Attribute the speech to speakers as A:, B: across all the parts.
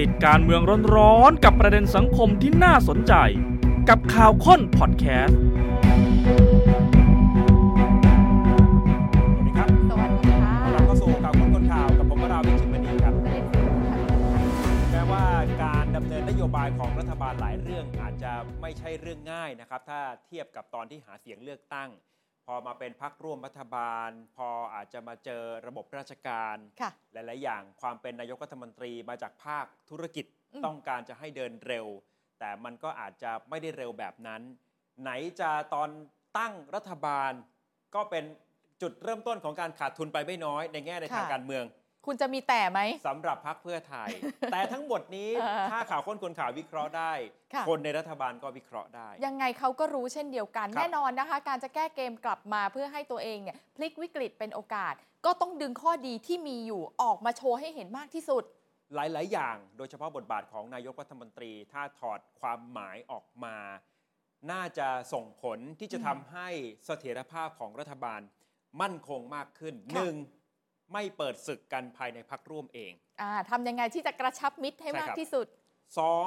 A: ติดการเมืองร้อนๆกับประเด็นสังคมที่น่าสนใจ กับข่าวค้นพอดแคสต์
B: สวัสดีครับ
C: สวัสดีค่ะ
B: เราก็สู่ข่าวคนคนข่าวกับผมวราวิชิตมณีครับ
C: ประเด็นสำคัญ
B: แม้ว่าการดำเนินนโยบายของรัฐบาลหลายเรื่องอาจจะไม่ใช่เรื่องง่ายนะครับ ถ้าเทียบกับตอนที่หาเสียงเลือกตั้ง พอมาเป็นพักร่วมรัฐบาล พออาจจะมาเจอระบบราชการ
C: ค่ะ
B: หลาย ๆ อย่างความเป็นนายกรัฐมนตรีมาจากภาคธุรกิจ
C: อืม
B: ต้องการจะให้เดินเร็ว แต่มันก็อาจจะไม่ได้เร็วแบบนั้น ไหนจะตอนตั้งรัฐบาล ก็เป็นจุดเริ่มต้นของการขาดทุนไปไม่น้อย ในแง่ในทางการเมือง
C: คุณจะมีแต่ไหม
B: สำหรับพักเพื่อ ไทย แต่ทั้งหมดนี้
C: เออ
B: ถ้าข่าวค้นคนข่าววิเคราะห์ได้
C: ค่ะ
B: คนในรัฐบาลก็วิเคราะห์ได้
C: ยังไงเขาก็รู้เช่นเดียวกัน
B: ครับ
C: แน่นอนนะคะ การจะแก้เกมกลับมาเพื่อให้ตัวเองเนี่ยพลิกวิกฤตเป็นโอกาส ก็ต้องดึงข้อดีที่มีอยู่ออกมาโชว์ให้เห็นมากที่สุด
B: หลาย ๆ อย่าง โดยเฉพาะบทบาทของนายกรัฐมนตรี ถ้าถอดความหมายออกมา น่าจะส่งผลที่จะ
C: อืม
B: ทำให้เสถียรภาพของรัฐบาลมั่นคงมากขึ้น
C: ค่ะ
B: หนึ่งไม่เปิดศึกกันภายในพักร่วมเอง
C: อ่าทำยังไงที่จะกระชับมิตรให้มากที่สุด
B: สอง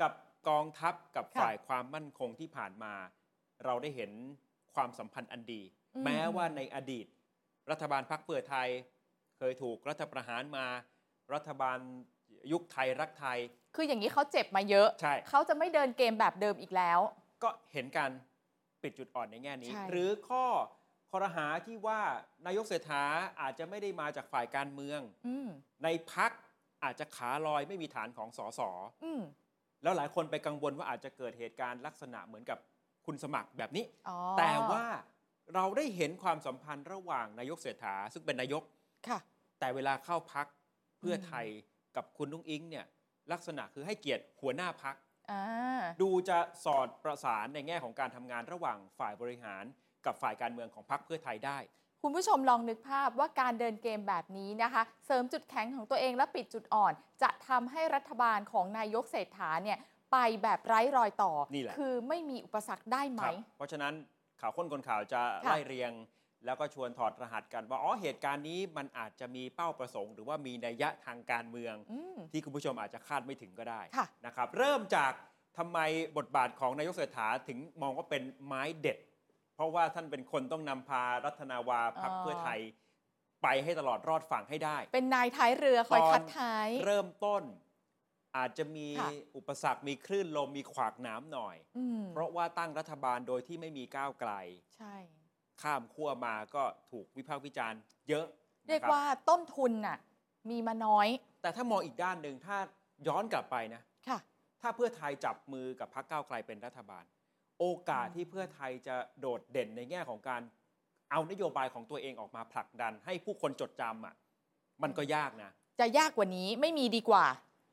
B: กับกองทัพกับ
C: ค่ะ
B: ฝ่ายความมั่นคงที่ผ่านมา เราได้เห็นความสัมพันธ์อันดี
C: อืม
B: แม้ว่าในอดีต รัฐบาลพักเพื่อไทย เคยถูกรัฐประหารมา รัฐบาลยุคไทยรักไทย
C: คืออย่างนี้เขาเจ็บมาเยอะ
B: ใช่
C: เขาจะไม่เดินเกมแบบเดิมอีกแล้ว
B: ก็เห็นการปิดจุดอ่อนในแง่นี้
C: ใช่
B: หรือข้อคอรหาที่ว่านายกเศรษฐาอาจจะไม่ได้มาจากฝ่ายการเมือง
C: อืม
B: ในพักอาจจะขาลอยไม่มีฐานของสส
C: อืม
B: แล้วหลายคนไปกังวลว่าอาจจะเกิดเหตุการณ์ลักษณะเหมือนกับคุณสมัครแบบนี้
C: อ๋อ
B: แต่ว่าเราได้เห็นความสัมพันธ์ระหว่างนายกเศรษฐา ซึ่งเป็นนายก
C: ค่ะ
B: แต่เวลาเข้าพักเพื่ออ
C: ม
B: ไทยกับคุณนุ้งอิงเนี่ยลักษณะคือให้เกียรติหัวหน้าพัก
C: อ่า
B: ดูจะสอดประสานในแง่ของการทำงานระหว่างฝ่ายบริหารกับฝ่ายการเมืองของพรรคเพื่อไทยได้
C: คุณผู้ชมลองนึกภาพว่าการเดินเกมแบบนี้นะคะ เสริมจุดแข็งของตัวเองและปิดจุดอ่อน จะทำให้รัฐบาลของนายกเศรษฐาเนี่ยไปแบบไร้รอยต่อ
B: นี่แหละ
C: คือไม่มีอุปสรรคได้ไหม
B: ครับเพราะฉะนั้นข่าวค้นคนข่าวจะ
C: ค่ะ
B: ไล่เรียง แล้วก็ชวนถอดรหัสกันว่าอ๋อเหตุการณ์นี้มันอาจจะมีเป้าประสงค์ หรือว่ามีนัยยะทางการเมือง
C: อืม
B: ที่คุณผู้ชมอาจจะคาดไม่ถึงก็ได้
C: ค่ะ
B: นะครับเริ่มจากทำไมบทบาทของนายกเศรษฐาถึงมองว่าเป็นไม้เด็ด เพราะว่าท่านเป็นคนต้องนำพารัตนาวาพรรคเพื่อไทย ไปให้ตลอดรอดฝั่งให้ได้
C: เป็นนายท้ายเรือคอย
B: ตอน
C: คัดท้าย
B: เริ่มต้นอาจจะมี
C: ค่ะ
B: อุปสรรค มีคลื่นลม มีขวากหน้ำหน่อย
C: อืม
B: เพราะว่าตั้งรัฐบาลโดยที่ไม่มีก้าวไกล
C: ใช่
B: ข้ามขั้วมาก็ถูกวิพากษ์วิจารณ์เยอะ
C: เรียก
B: นะครับ
C: ว่าต้นทุนน่ะมีมาน้อย
B: แต่ถ้ามองอีกด้านหนึ่งถ้าย้อนกลับไปนะ
C: ค่ะ
B: ถ้าเพื่อไทยจับมือกับพรรคก้าวไกลเป็นรัฐบาล โอกาส
C: อืม
B: ที่เพื่อไทยจะโดดเด่นในแง่ของการเอานโยบายของตัวเองออกมาผลักดัน ให้ผู้คนจดจำอ่ะมันก็ยากนะ
C: จะยากกว่านี้ไม่มีดีกว่า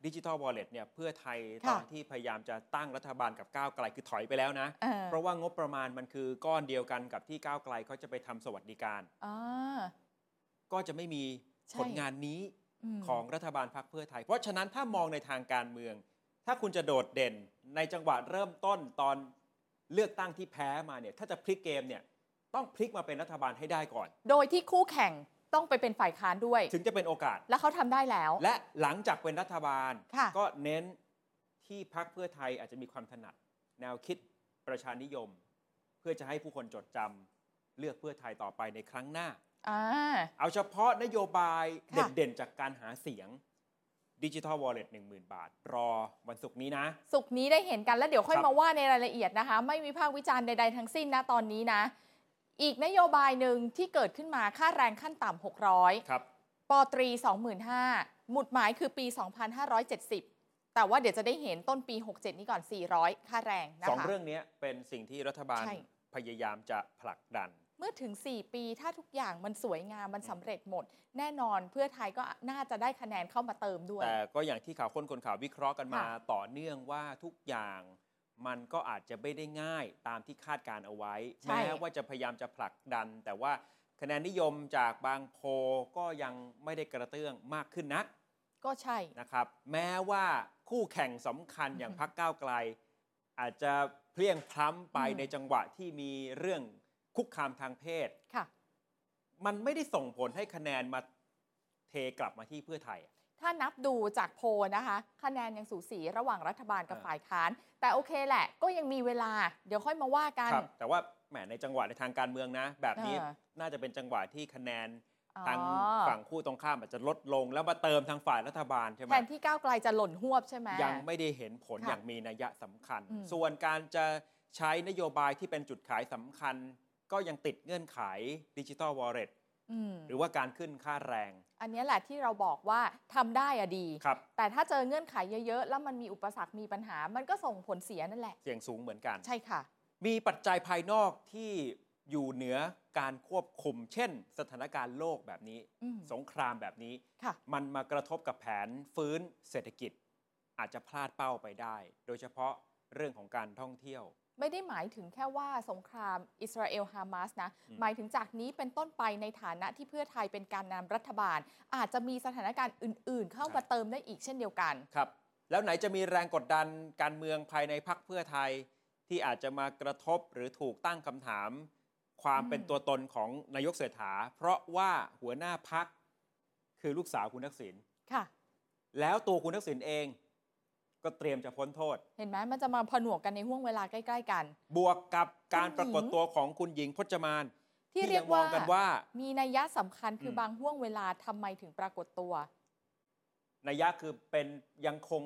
B: ดิจิทัลวอลเล็ตเนี่ยเพื่อไทย
C: ค่ะ
B: ตอนที่พยายามจะตั้งรัฐบาลกับก้าวไกลคือถอยไปแล้วนะ
C: เออ
B: เพราะว่างบประมาณมันคือก้อนเดียวกันกับที่ก้าวไกลเขาจะไปทำสวัสดิการ
C: อ่า
B: ก็จะไม่มี
C: ใช่
B: ผลงานนี้
C: ม
B: ของรัฐบาลพรรคเพื่อไทย เพราะฉะนั้นถ้ามองในทางการเมือง ถ้าคุณจะโดดเด่นในจังหวะเริ่มต้นตอนเลือกตั้งที่แพ้มาเนี่ยถ้าจะพลิกเกมเนี่ยต้องพลิกมาเป็นรัฐบาลให้ได้ก่อน
C: โดยที่คู่แข่งต้องไปเป็นฝ่ายค้านด้วย
B: ถึงจะเป็นโอกาส
C: แล้วเขาทำได้แล้ว
B: และหลังจากเป็นรัฐบาล
C: ค่ะ
B: ก็เน้นที่พักเพื่อไทยอาจจะมีความถนัด แนวคิดประชานิยม เพื่อจะให้ผู้คนจดจำเลือกเพื่อไทยต่อไปในครั้งหน้า
C: อ่า
B: เอาเฉพาะนโยบาย
C: ค่ะ
B: เด่นๆ จากการหาเสียงดิจิทัลวอลเล็ตหนึ่งหมื่นบาท รอวันศุกร์นี้นะ
C: สุกร์นี้ได้เห็นกันแล้วเดี๋ยวค่อย
B: ครับ
C: มาว่าในรายละเอียดนะคะ ไม่วิพากษ์วิจารณ์ใด ๆ ทั้งสิ้นนะตอนนี้นะ อีกนโยบายหนึ่งที่เกิดขึ้นมาค่าแรงขั้นต่ำ600
B: ครับ
C: ปอตรี 25,000หมุดหมายคือปี 2570 แต่ว่าเดี๋ยวจะได้เห็นต้นปี 67 นี้ก่อน 400 ค่าแรงนะคะ
B: สองเรื่องเนี้ยเป็นสิ่งที่รัฐบาล
C: ใช่
B: พยายามจะผลักดัน
C: เมื่อถึง 4 ปีถ้าทุกอย่างมันสวยงามมันสำเร็จหมด แน่นอนเพื่อไทยก็น่าจะได้คะแนนเข้ามาเติมด้วย
B: แต่ก็อย่างที่ข่าวคนคนข่าววิเคราะห์กันมา
C: ค่ะ
B: ต่อเนื่องว่าทุกอย่างมันก็อาจจะไม่ได้ง่ายตามที่คาดการเอาไว้
C: ใช่
B: แม้ว่าจะพยายามจะผลักดัน แต่ว่าคะแนนนิยมจากบางโพลก็ยังไม่ได้กระเตื้องมากขึ้นนัก
C: ก็ใช่
B: นะครับ แม้ว่าคู่แข่งสำคัญ อย่างพักก้าวไกล อาจจะเพลียงพล้ำไป
C: อืม
B: ในจังหวะที่มีเรื่องคุกคามทางเพศ
C: ค่ะ
B: มันไม่ได้ส่งผลให้คะแนนมาเทกลับมาที่เพื่อไทยอะ
C: ถ้านับดูจากโพลนะคะคะแนนยังสูสีระหว่างรัฐบาลกับ
B: อ่า
C: ฝ่ายค้าน แต่โอเคแหละ ก็ยังมีเวลา เดี๋ยวค่อยมาว่ากัน
B: ครับแต่ว่าแหมในจังหวะในทางการเมืองนะ แบบนี้
C: เออ
B: น่าจะเป็นจังหวะที่คะแนนทาง
C: อ๋อ
B: ฝั่งคู่ตรงข้ามอาจจะลดลง แล้วมาเติมทางฝ่ายรัฐบาลใช่ไหม
C: แทนที่ก้าวไกลจะหล่นหวบใช่ไหม
B: ยังไม่ได้เห็นผล
C: ค่ะ
B: อย่างมีนัยสำคัญ
C: อืม
B: ส่วนการจะใช้นโยบายที่เป็นจุดขายสำคัญ ก็ยังติดเงื่อนไขดิจิทัลวอลเล็ต
C: อืม
B: หรือว่าการขึ้นค่าแรง
C: อันเนี้ยแหละที่เราบอกว่าทำได้อะดี
B: ครับ
C: แต่ถ้าเจอเงื่อนไขเยอะ ๆ แล้วมันมีอุปสรรคมีปัญหา มันก็ส่งผลเสียนั่นแหละ
B: เสี่ยงสูงเหมือนกัน
C: ใช่ค่ะ
B: มีปัจจัยภายนอกที่อยู่เหนือการควบคุม เช่น สถานการณ์โลกแบบนี้
C: อืม
B: สงครามแบบนี้
C: ค่ะ
B: มันมากระทบกับแผนฟื้นเศรษฐกิจ อาจจะพลาดเป้าไปได้ โดยเฉพาะเรื่องของการท่องเที่ยว
C: ไม่ได้หมายถึงแค่ว่าสงครามอิสราเอลฮามาสนะ
B: อืม
C: หมายถึงจากนี้เป็นต้นไปในฐานะที่เพื่อไทยเป็นการนำรัฐบาล อาจจะมีสถานการณ์อื่น ๆ เข้ามาเติมได้อีกเช่นเดียวกัน
B: ครับ แล้วไหนจะมีแรงกดดันการเมืองภายในพักเพื่อไทย ที่อาจจะมากระทบหรือถูกตั้งคำถาม ความ
C: อืม
B: เป็นตัวตนของนายกเศรษฐา เพราะว่าหัวหน้าพักคือลูกสาวคุณทักษิณ
C: ค่ะ
B: แล้วตัวคุณทักษิณเอง ก็เตรียมจะพ้นโทษ
C: เห็นไหมมันจะมาผนวกกันในห่วงเวลาใกล้ ๆ กัน
B: บวกกับการ
C: คุ
B: ป
C: ณหญิง
B: รากฏตัวของคุณหญิงพจมาน
C: ที่เรียก
B: งม
C: ว่า
B: องกันว่า
C: มีนัยยะสำคัญคืออ
B: ม
C: บางห่วงเวลาทำไมถึงปรากฏตัว
B: นัยยะคือเป็นยังคง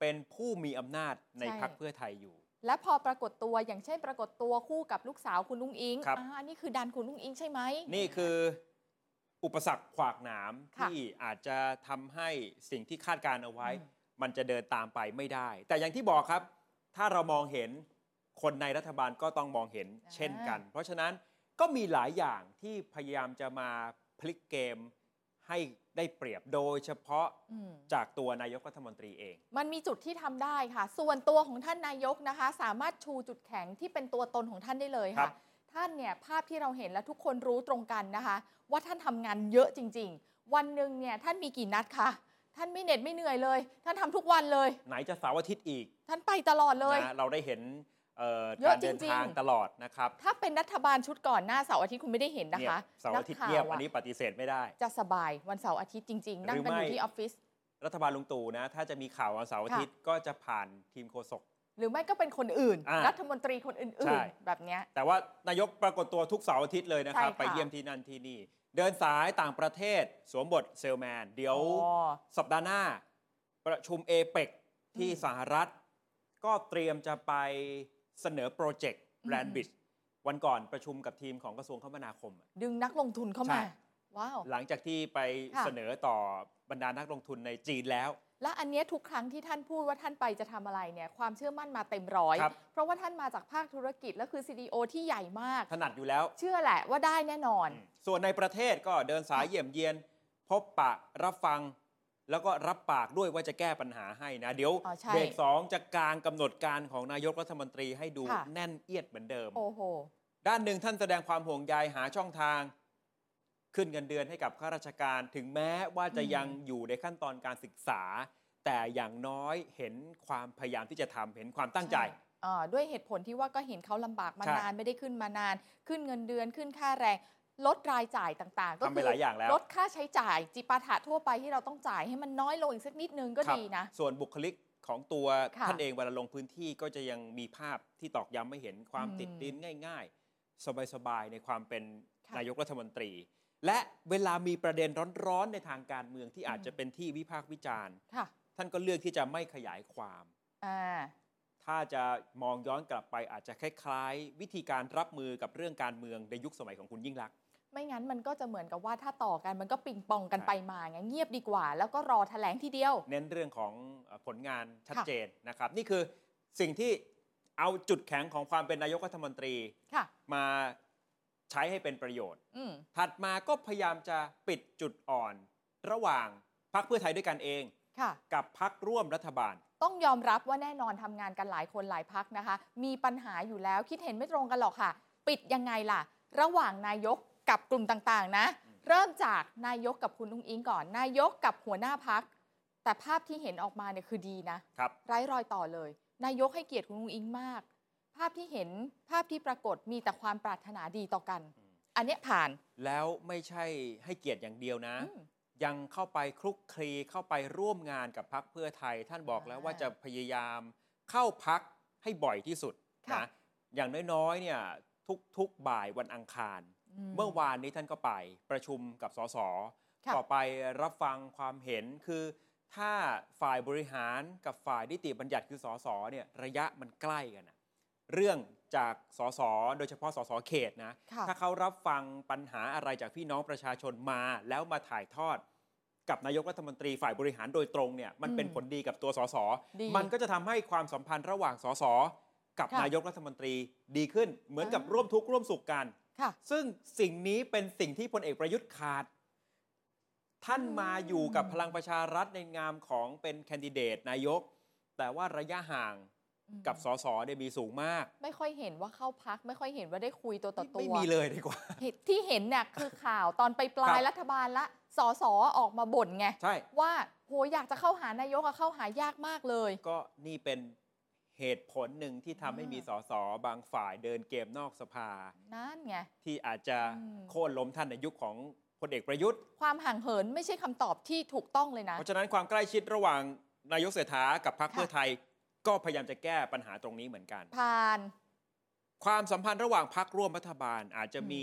B: เป็นผู้มีอำนาจใน
C: ใช่
B: พักเพื่อไทยอยู่
C: และพอปรากฏตัวอย่างเช่น ปรากฏตัวคู่กับลูกสาวคุณลุงอิง
B: ครับ
C: อ่าอันนี้คือดันคุณลุงอิงใช่ไหม
B: นี่คืออุปสรรคขวากหนาม
C: ค่ะ
B: ที่อาจจะทำให้สิ่งที่คาดการเอาไว้ มันจะเดินตามไปไม่ได้ แต่อย่างที่บอกครับ ถ้าเรามองเห็นคนในรัฐบาลก็ต้องมองเห็นเช่นกัน เพราะฉะนั้นก็มีหลายอย่างที่พยายามจะมาพลิกเกมให้ได้เปรียบโดยเฉพาะ
C: อืม
B: จากตัวนายกรัฐมนตรีเอง
C: มันมีจุดที่ทำได้ค่ะ ส่วนตัวของท่านนายกนะคะ สามารถชูจุดแข็งที่เป็นตัวตนของท่านได้เลย
B: ครั
C: ค่ะ
B: บ
C: ท่านเนี่ยภาพที่เราเห็นและทุกคนรู้ตรงกันนะคะ ว่าท่านทำงานเยอะจริง ๆ วันหนึ่งเนี่ยท่านมีกี่นัดคะท่านไม่เหน็ดไม่เหนื่อยเลย ท่านทำทุกวันเลย
B: ไหนจะเสาร์อาทิตย์อีก
C: ท่านไปตลอดเลย
B: นะเราได้เห็นเอ่อ
C: เยอะ
B: การเดิน
C: จริงๆ
B: ทางตลอดนะครับ
C: ถ้าเป็นรัฐบาลชุดก่อนหน้าเสาร์อาทิตย์คุณไม่ได้เห็นนะ
B: เงียบ
C: คะ
B: เสาร์อาทิตย์
C: นักข่
B: เงียบ
C: วะ
B: อันนี้ปฏิเสธไม่ได้
C: จะสบายวันเสาร์อาทิตย์จริง ๆ นั่งกันอ
B: หรือไม่
C: ยู่ที่ออฟฟิศ
B: รัฐบาลลุงตู่นะ ถ้าจะมีข่าววันเสาร์อาทิตย์ก็จะผ่านทีมโฆษก
C: หรือไม่ก็เป็นคนอื่น
B: อ่ารั
C: รัฐมนตรีคนอื่
B: ใช่
C: นๆ แบบเนี้ย
B: แต่ว่านายกปรากฏตัวทุกเสาร์อาทิตย์เลยนะครับ
C: ใช่ค่ะ
B: ไปเยี่ยมที่นั่นที่นี่ เดินสายต่างประเทศสวมบทเซลแมน เดี๋ยว
C: อ๋อ
B: สัปดาห์หน้า ประชุมเอเปกที่
C: อืม
B: สหรัฐ ก็เตรียมจะไปเสนอโปรเจกต์
C: อืม
B: แบรนด์บิชวันก่อนประชุมกับทีมของกระทรวงคมนาคม
C: ดึงนักลงทุนเข้ามา
B: ใช่
C: ว้าว
B: หลังจากที่ไป
C: ค่ะ
B: เสนอต่อบรรดานักลงทุนในจีนแล้ว
C: และอันเนี้ยทุกครั้งที่ท่านพูดว่าท่านไปจะทำอะไรเนี่ยความเชื่อมั่นมาเต็มร้อย
B: ครับ
C: เพราะว่าท่านมาจากภาคธุรกิจ และคือ CDO ที่ใหญ่มาก
B: ถนัดอยู่แล้ว
C: เชื่อแหละว่าได้แน่นอน
B: ส่วนในประเทศก็เดินสายเยี่ยมเยียน พบปะรับฟัง แล้วก็รับปากด้วยว่าจะแก้ปัญหาให้นะ เดี๋ยว
C: อ๋อใช่
B: เบรกสองจะกลางกำหนดการของนายกรัฐมนตรีให้ดู
C: ค่ะ
B: แน่นเอียดเหมือนเดิม
C: โอ้โห
B: ด้านหนึ่งท่านแสดงความห่วงใยหาช่องทาง ขึ้นเงินเดือนให้กับข้าราชการ ถึงแม้ว่าจะ
C: อืม
B: ยังอยู่ในขั้นตอนการศึกษา แต่อย่างน้อยเห็นความพยายามที่จะทำเห็นความตั้งใจ
C: ช่อ่าด้วยเหตุผลที่ว่าก็เห็นเขาลำบากมา
B: ใช่
C: นานไม่ได้ขึ้นมานาน ขึ้นเงินเดือนขึ้นค่าแรง ลดรายจ่ายต่างๆ ก็
B: ทำไปหลายอย่างแล้ว
C: ลดค่าใช้จ่ายจิปาถะทั่วไปที่เราต้องจ่ายให้มันน้อยลงอีกสักนิดนึงก็
B: ครับ
C: ดีนะ
B: ส่วนบุคลิกของตัว
C: ค่ะ
B: ท่านเองเวลาลงพื้นที่ก็จะยังมีภาพที่ตอกย้ำให้เห็นความ
C: อืม
B: ติดดินง่าย ๆ สบาย ๆ ในความเป็น
C: ค่ะ
B: นายกรัฐมนตรี และเวลามีประเด็นร้อนๆ ในทางการเมืองที่
C: อืม
B: อาจจะเป็นที่วิพากษ์วิจารณ์
C: ค่ะ
B: ท่านก็เลือกที่จะไม่ขยายความ
C: อ่า
B: ถ้าจะมองย้อนกลับไปอาจจะคล้ายๆ วิธีการรับมือกับเรื่องการเมืองในยุคสมัยของคุณยิ่งลักษณ์
C: ไม่งั้นมันก็จะเหมือนกับว่าถ้าต่อกันมันก็ปิงปองกันไปมาไงเงียบดีกว่า แล้วก็รอแถลงทีเดียว
B: เน้นเรื่องของเอ่อผลงานชัด
C: ค่ะ
B: เจนนะครับ นี่คือสิ่งที่เอาจุดแข็งของความเป็นนายกรัฐมนตรี
C: ค่ะ
B: มาใช้ให้เป็นประโยชน์
C: อืม
B: ถัดมาก็พยายามจะปิดจุดอ่อน ระหว่างพักเพื่อไทยด้วยกันเอง
C: ค่ะ
B: กับพักร่วมรัฐบาล
C: ต้องยอมรับว่าแน่นอนทำงานกันหลายคนหลายพักนะคะ มีปัญหาอยู่แล้วคิดเห็นไม่ตรงกันหรอกค่ะ ปิดยังไงล่ะ ระหว่างนายกกับกลุ่มต่างๆ นะ
B: อืม
C: เริ่มจากนายกกับคุณอุ้งอิงก่อน นายกกับหัวหน้าพัก แต่ภาพที่เห็นออกมาเนี่ยคือดีนะ
B: ครับ
C: ไร้รอยต่อเลย นายกให้เกียรติคุณอุ้งอิงมาก ภาพที่เห็นภาพที่ปรากฏมีแต่ความปรารถนาดีต่อกัน
B: อืม
C: อันเนี้ยผ่าน
B: แล้วไม่ใช่ให้เกียรติอย่างเดียวนะ
C: อืม
B: ยังเข้าไปคลุกคลีเข้าไปร่วมงานกับพักเพื่อไทย ท่านบอกแล้วว่าจะพยายามเข้าพักให้บ่อยที่สุด
C: ค่ะ
B: นะอย่างน้อยๆเนี่ยทุกๆบ่ายวันอังคาร เมื่อวานนี้ท่านก็ไปประชุมกับสส
C: ค่ะ
B: ต่อไปรับฟังความเห็นคือ ถ้าฝ่ายบริหารกับฝ่ายนิติบัญญัติคือสสเนี่ยระยะมันใกล้กันนะเรื่องจากสสโดยเฉพาะสสเขตนะ
C: ค่ะ
B: ถ้าเขารับฟังปัญหาอะไรจากพี่น้องประชาชนมาแล้วมาถ่ายทอด กับนายกรัฐมนตรีฝ่ายบริหารโดยตรงเนี่ยมันเป็นผลดีกับตัวสส
C: ดี
B: มันก็จะทำให้ความสัมพันธ์ระหว่างสสกับ
C: ค่ะ
B: นายกรัฐมนตรีดีขึ้น เหมือนกับ
C: อ่า
B: ร่วมทุกข์ร่วมสุขกัน
C: ค่ะ
B: ซึ่งสิ่งนี้เป็นสิ่งที่พลเอกประยุทธ์ขาด ท่าน
C: อืม
B: มาอยู่กับพลังประชารัฐในงามของเป็นแคนดิเดตนายก แต่ว่าระยะห่างกับส
C: อืม
B: สเนี่ยมีสูงมาก
C: ไม่ค่อยเห็นว่าเข้าพัก ไม่ค่อยเห็นว่าได้คุยตัวต่อตัว
B: ไม่มีเลยดีกว่า
C: เหตุที่เห็นเนี่ยคือข่าวตอนไปปลา
B: ค
C: ย
B: รับ
C: รัฐบาลละสอสอออกมาบ่นไง
B: ใช่
C: ว่าโหอยากจะเข้าหานายกอะเข้าหายากมากเลย
B: ก็นี่เป็นเหตุผลหนึ่งที่ทำให้มี
C: อ่า
B: สสบางฝ่ายเดินเกมนอกสภา
C: นั่นไง
B: ที่อาจจะ
C: อืม
B: โค่นล้มท่านในยุคของพลเอกประยุทธ์
C: ความห่างเหินไม่ใช่คำตอบที่ถูกต้องเลยนะ
B: เพราะฉะนั้นความใกล้ชิดระหว่างนายกเศรษฐากับพรรค
C: ค่ะ
B: เพื่อไทย ก็พยายามจะแก้ปัญหาตรงนี้เหมือนกัน
C: ผ่าน
B: ความสัมพันธ์ระหว่างพักร่วมรัฐบาลอาจจะมี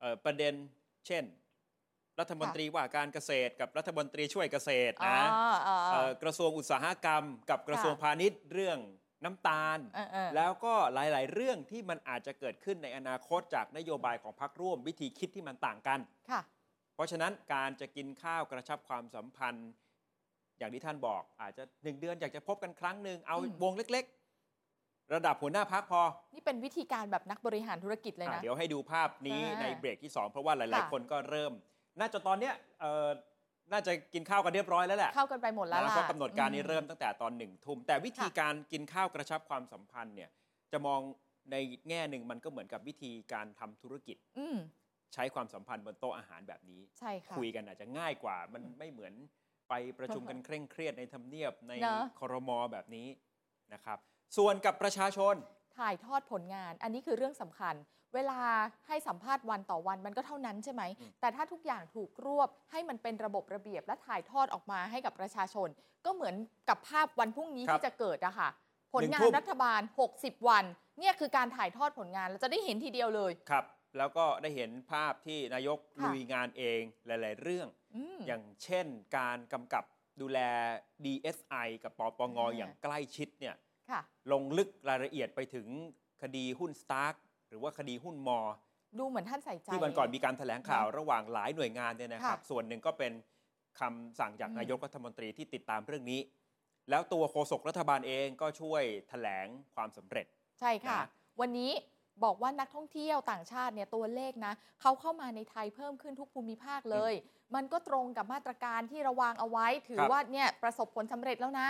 B: เอ่อประเด็นเช่น รัฐมนตรีว่าการเกษตร กับรัฐมนตรีช่วยเกษตร
C: อ๋อ
B: นะ
C: อ๋อ
B: เอ่อกระทรวงอุตสาหกรรม กับกระทรวงพาณิชย์เรื่องน้ำตาล
C: เออเออ
B: แล้วก็หลาย ๆ เรื่องที่มันอาจจะเกิดขึ้นในอนาคตจากนโยบายของพักร่วมวิธีคิดที่มันต่างกัน
C: ค่ะ
B: เพราะฉะนั้นการจะกินข้าวกระชับความสัมพันธ์ อย่างที่ท่านบอกอาจจะหนึ่งเดือนอยากจะพบกันครั้งหนึ่งเอา
C: อืม
B: วงเล็ก ๆ ระดับหัวหน้าพักพอ
C: นี่เป็นวิธีการแบบนักบริหารธุรกิจเลย
B: อ่ะ
C: นะ
B: เดี๋ยวให้ดูภาพนี้
C: อ่า
B: ในเบรกที่ 2 เพราะว่าหลาย
C: ค่ะ
B: ๆ คนก็เริ่ม น่าจะตอนเนี้ยเอ่อน่าจะกินข้าวกันเรียบร้อยแล้วแหละ
C: เข้ากันไปหมดแล้ว
B: นะ
C: ล่ะ
B: เพราะกำหนดการนี้
C: อืม
B: เริ่มตั้งแต่ตอนหนึ่งทุ่ม แต่วิธี
C: ค่ะ
B: การกินข้าวกระชับความสัมพันธ์เนี่ยจะมองในแง่หนึ่งมันก็เหมือนกับวิธีการทำธุรกิจ
C: อืม
B: ใช้ความสัมพันธ์บนโต๊ะอาหารแบบนี้
C: ใช่ค่ะ
B: คุยกันอาจจะง่ายกว่ามันไม่เหมือนไปประชุมกันเคร่งเครียดในทำเนียบใน
C: เนอะ
B: ครมแบบนี้นะครับ ส่วนกับประชาชน
C: ถ่ายทอดผลงาน อันนี้คือเรื่องสำคัญ เวลาให้สัมภาษณ์วันต่อวันมันก็เท่านั้นใช่ไหม
B: อืม
C: แต่ถ้าทุกอย่างถูกรวบให้มันเป็นระบบระเบียบและถ่ายทอดออกมาให้กับประชาชน ก็เหมือนกับภาพวันพรุ่งนี้
B: ครับ
C: ที่จะเกิดอะค่ะ ผล
B: หนึ่
C: งา
B: งทุ่
C: น
B: ม
C: รัฐบาล 60 วัน เนี่ยคือการถ่ายทอดผลงานเราจะได้เห็นทีเดียวเลย
B: ครับ แล้วก็ได้เห็นภาพที่นายก
C: ค่ะ
B: ลุยงานเองหลาย ๆ เรื่อง
C: อืม
B: อย่างเช่นการกำกับดูแล DSI กับปปง
C: อ่า
B: อย่างใกล้ชิดเนี่ย
C: ค่ะ
B: ลงลึกรายละเอียดไปถึงคดีหุ้นสตาร์กหรือว่าคดีหุ้นมอ
C: ดูเหมือนท่านใส่ใจ
B: ที่วันก่อนมีการแถลงข่าว
C: นะ
B: ระหว่างหลายหน่วยงานเนี่ยนะครับ
C: ค่ะ
B: ส่วนหนึ่งก็เป็นคำสั่งจาก
C: อืม
B: นายกรัฐมนตรีที่ติดตามเรื่องนี้ แล้วตัวโฆษกรัฐบาลเองก็ช่วยแถลงความสำเร็จ
C: ใช่ค่ะ
B: นะ
C: วันนี้บอกว่านักท่องเที่ยวต่างชาติเนี่ยตัวเลขนะเขาเข้ามาในไทยเพิ่มขึ้นทุกภูมิภาคเลย มันก็ตรงกับมาตรการที่เระวางเอาไว้ ถือว่าเนี่ยประสบผลสำเร็จแล้วนะ